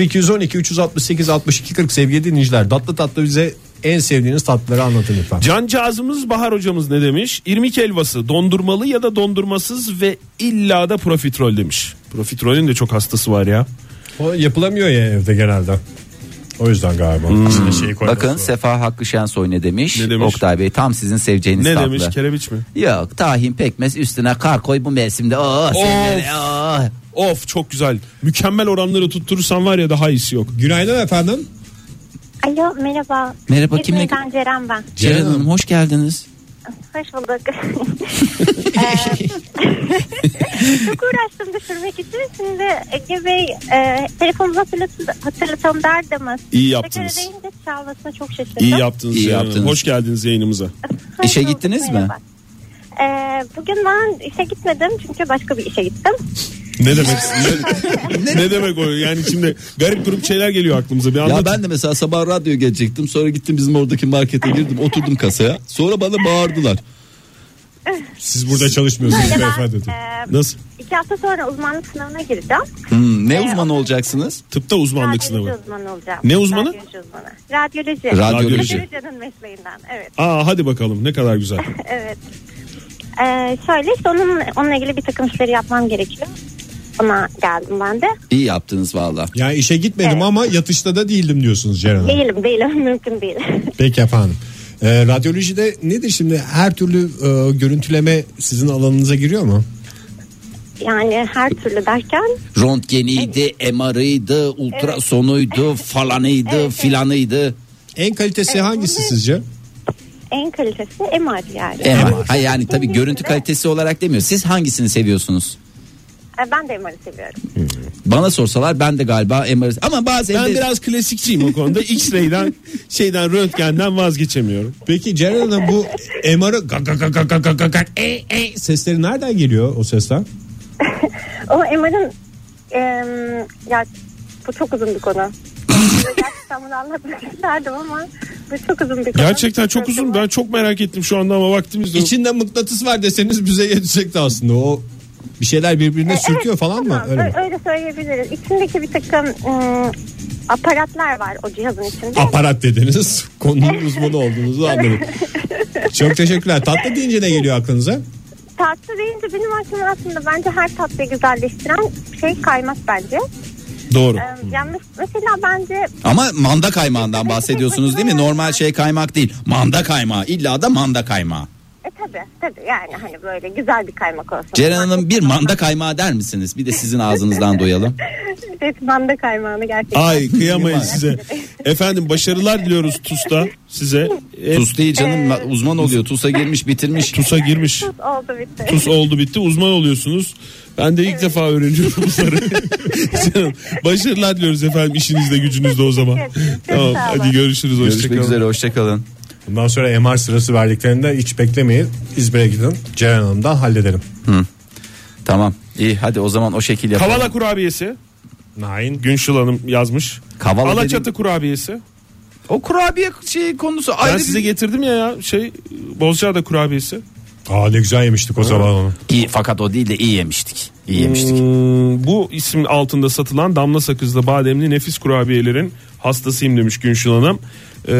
Speaker 2: 0212 368 62 40 sevgili dinleyiciler. Tatlı tatlı bize en sevdiğiniz tatlıları anlatın lütfen.
Speaker 4: Cancağızımız Bahar hocamız ne demiş? İrmik helvası dondurmalı ya da dondurmasız ve illa da profiterol demiş. Profiterolün de çok hastası var ya.
Speaker 2: O yapılamıyor ya evde genelde. O yüzden galiba. İçine şeyi koyması
Speaker 3: Bakın
Speaker 2: var.
Speaker 3: Sefa Hakkı Şensoy ne demiş?
Speaker 4: Ne demiş?
Speaker 3: Oktay Bey tam sizin seveceğiniz
Speaker 4: Ne
Speaker 3: tatlı.
Speaker 4: demiş kerebiç mi?
Speaker 3: Yok tahin pekmez üstüne kar koy bu mevsimde. Aa, sinirleri, aa.
Speaker 4: Of çok güzel. Mükemmel oranları tutturursan var ya daha iyisi yok.
Speaker 2: Günaydın efendim.
Speaker 10: Alo merhaba.
Speaker 3: Merhaba,
Speaker 10: İzmir'den
Speaker 3: kimle-
Speaker 10: Ceren ben.
Speaker 3: Ceren Hanım hoş geldiniz.
Speaker 10: Hoş bulduk. Eee, Ee, Çok uğraştım düşürmek için. Şimdi Ege Bey e, telefonunuzu hatırlat- hatırlatalım derdiniz.
Speaker 4: İyi
Speaker 10: Tekrar
Speaker 4: yaptınız.
Speaker 10: arayınca çalmasına çok şaşırdım.
Speaker 4: İyi yaptınız.
Speaker 3: İyi
Speaker 4: Zeynep Hanım.
Speaker 3: yaptınız.
Speaker 4: Hoş geldiniz yayınımıza.
Speaker 10: Hoş
Speaker 3: İşe
Speaker 10: bulduk,
Speaker 3: gittiniz mi?
Speaker 10: merhaba. Eee, Ee, bugün ben işe gitmedim çünkü başka bir işe gittim.
Speaker 4: Ne demek? [LAUGHS] ne, ne demek o? Yani şimdi garip grup şeyler geliyor aklımıza. Bir anlat.
Speaker 11: Ya ben de mesela sabah radyo gelecektim. Sonra gittim bizim oradaki markete girdim. Oturdum kasaya. Sonra bana bağırdılar.
Speaker 2: Siz burada çalışmıyorsunuz
Speaker 10: Böyle ben
Speaker 2: beyefendi.
Speaker 10: eee,
Speaker 4: Nasıl?
Speaker 10: iki hafta sonra uzmanlık sınavına gireceğim.
Speaker 11: Hmm, ne uzman olacaksınız?
Speaker 4: Tıpta uzmanlık
Speaker 10: Radyoloji
Speaker 4: sınavı.
Speaker 10: uzmanı olacağım.
Speaker 4: Ne uzmanı?
Speaker 10: Radyoloji uzmanı. Radyoloji.
Speaker 11: Radyoloji.
Speaker 10: Radyolojinin mesleğinden evet.
Speaker 4: Aa hadi bakalım ne kadar güzel.
Speaker 10: Evet. Ee, şöyle işte onun, onunla ilgili bir takım işleri yapmam gerekiyor. Ona geldim ben de.
Speaker 11: İyi yaptınız valla.
Speaker 2: Yani işe gitmedim
Speaker 10: Evet.
Speaker 2: ama yatışta da değildim diyorsunuz Ceren Hanım.
Speaker 10: Değilim değilim [LAUGHS] mümkün değil.
Speaker 2: Peki efendim. Ee, radyolojide nedir şimdi her türlü e, görüntüleme sizin alanınıza giriyor mu?
Speaker 10: yani her türlü derken
Speaker 11: Röntgeniydi, MR'ıydı, ultrasonuydu, falanıydı, filanıydı.
Speaker 2: En kalitesi hangisi sizce?
Speaker 10: en kalitesi MR yani.
Speaker 11: MR. E, Ha yani tabii görüntü kalitesi olarak demiyor. Siz hangisini seviyorsunuz?
Speaker 10: Ee, Ben de MR'ı seviyorum.
Speaker 11: Bana sorsalar ben de galiba MR. Ama bazen
Speaker 4: Ben
Speaker 11: de
Speaker 4: biraz klasikçiyim o
Speaker 10: [LAUGHS]
Speaker 4: konuda. X-ray'den şeyden röntgenden vazgeçemiyorum.
Speaker 2: Peki Ceren Hanım bu MR'ı gak gak gak gak gak gak gak gak e, e sesleri nereden geliyor o sesler?
Speaker 10: O MR'ın em, ya bu çok uzun bir konu. Gerçekten bunu anlatmak isterdim ama bu çok uzun bir konu.
Speaker 4: Gerçekten çok uzun. Ben çok merak ettim şu anda ama vaktimiz yok.
Speaker 2: İçinde mıknatıs var deseniz bize yetecekti aslında o bir şeyler birbirine sürtüyor
Speaker 10: E, Evet,
Speaker 2: falan mı?
Speaker 10: tamam,
Speaker 2: Öyle mi?
Speaker 10: öyle söyleyebiliriz. İçindeki bir takım ım, aparatlar var o cihazın içinde.
Speaker 2: Aparat dediniz [LAUGHS] konunun uzmanı olduğunuzu anladım. Çok teşekkürler. Tatlı deyince ne geliyor aklınıza?
Speaker 10: Tatlı deyince benim aklıma aslında bence her tatlıyı güzelleştiren şey kaymak bence.
Speaker 4: Doğru.
Speaker 10: Ee, Yani mes- mesela bence
Speaker 11: Ama manda kaymağından bahsediyorsunuz değil mi? Normal şey kaymak değil. Manda kaymağı. İlla da manda kaymağı.
Speaker 10: e tabi Tabii tabii yani hani böyle güzel bir kaymak olsun.
Speaker 3: Ceren Hanım bir manda kaymağı der misiniz? Bir de sizin ağzınızdan duyalım.
Speaker 10: Evet manda kaymağını gerçekten.
Speaker 9: Ay kıyamayız size. Efendim başarılar diliyoruz TUS'ta size.
Speaker 3: TUS değil canım uzman oluyor. TUS'a girmiş bitirmiş.
Speaker 9: TUS'a girmiş.
Speaker 10: Oldu bitti.
Speaker 9: TUS oldu bitti uzman oluyorsunuz. Ben de ilk defa öğreniyorum bunları.
Speaker 3: [LAUGHS]
Speaker 9: Canım, Başarılar diliyoruz efendim işinizde gücünüzde o zaman. tamam hadi görüşürüz
Speaker 3: Görüşmek
Speaker 9: hoşçakalın.
Speaker 3: üzere hoşçakalın.
Speaker 2: Bundan sonra MR sırası verdiklerinde hiç beklemeyin. İzmir'e gidin. Ceren Hanım'dan halledelim.
Speaker 3: Tamam iyi hadi o zaman o şekil yapalım.
Speaker 4: Kavala kurabiyesi.
Speaker 2: Nain.
Speaker 4: Günşil Hanım yazmış.
Speaker 3: Kavala
Speaker 4: Alaçatı
Speaker 3: dediğim-
Speaker 4: kurabiyesi.
Speaker 3: O kurabiye şey konusu
Speaker 4: Ben
Speaker 3: ayrı
Speaker 4: size
Speaker 3: bir...
Speaker 4: getirdim ya ya şey Bozcaada kurabiyesi.
Speaker 2: Aa ne güzel yemiştik o zaman onu.
Speaker 3: İyi, fakat o değil de iyi yemiştik. İyi yemiştik.
Speaker 4: Hmm, bu isim altında satılan damla sakızlı bademli nefis kurabiyelerin hastasıyım demiş Günşil Hanım. Ee,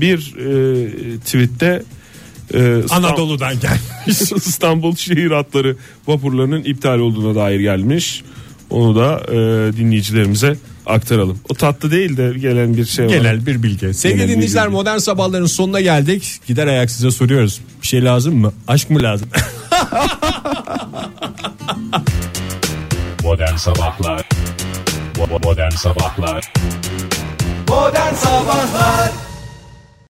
Speaker 4: bir e, tweette
Speaker 2: [LAUGHS]
Speaker 4: e, İstan-
Speaker 2: Anadolu'dan gel.
Speaker 4: İstanbul şehir hatları vapurlarının iptal olduğuna dair gelmiş. Onu da e, dinleyicilerimize aktaralım. O tatlı değil de gelen bir şey var.
Speaker 2: Genel bir bilgi. Sevgili
Speaker 4: Genel bir
Speaker 2: dinleyiciler
Speaker 4: bilgi.
Speaker 2: modern sabahların sonuna geldik. Gider ayak size soruyoruz. Bir şey lazım mı? Aşk mı lazım? [LAUGHS]
Speaker 12: Modern Sabahlar Bo- Modern Sabahlar
Speaker 13: Modern Sabahlar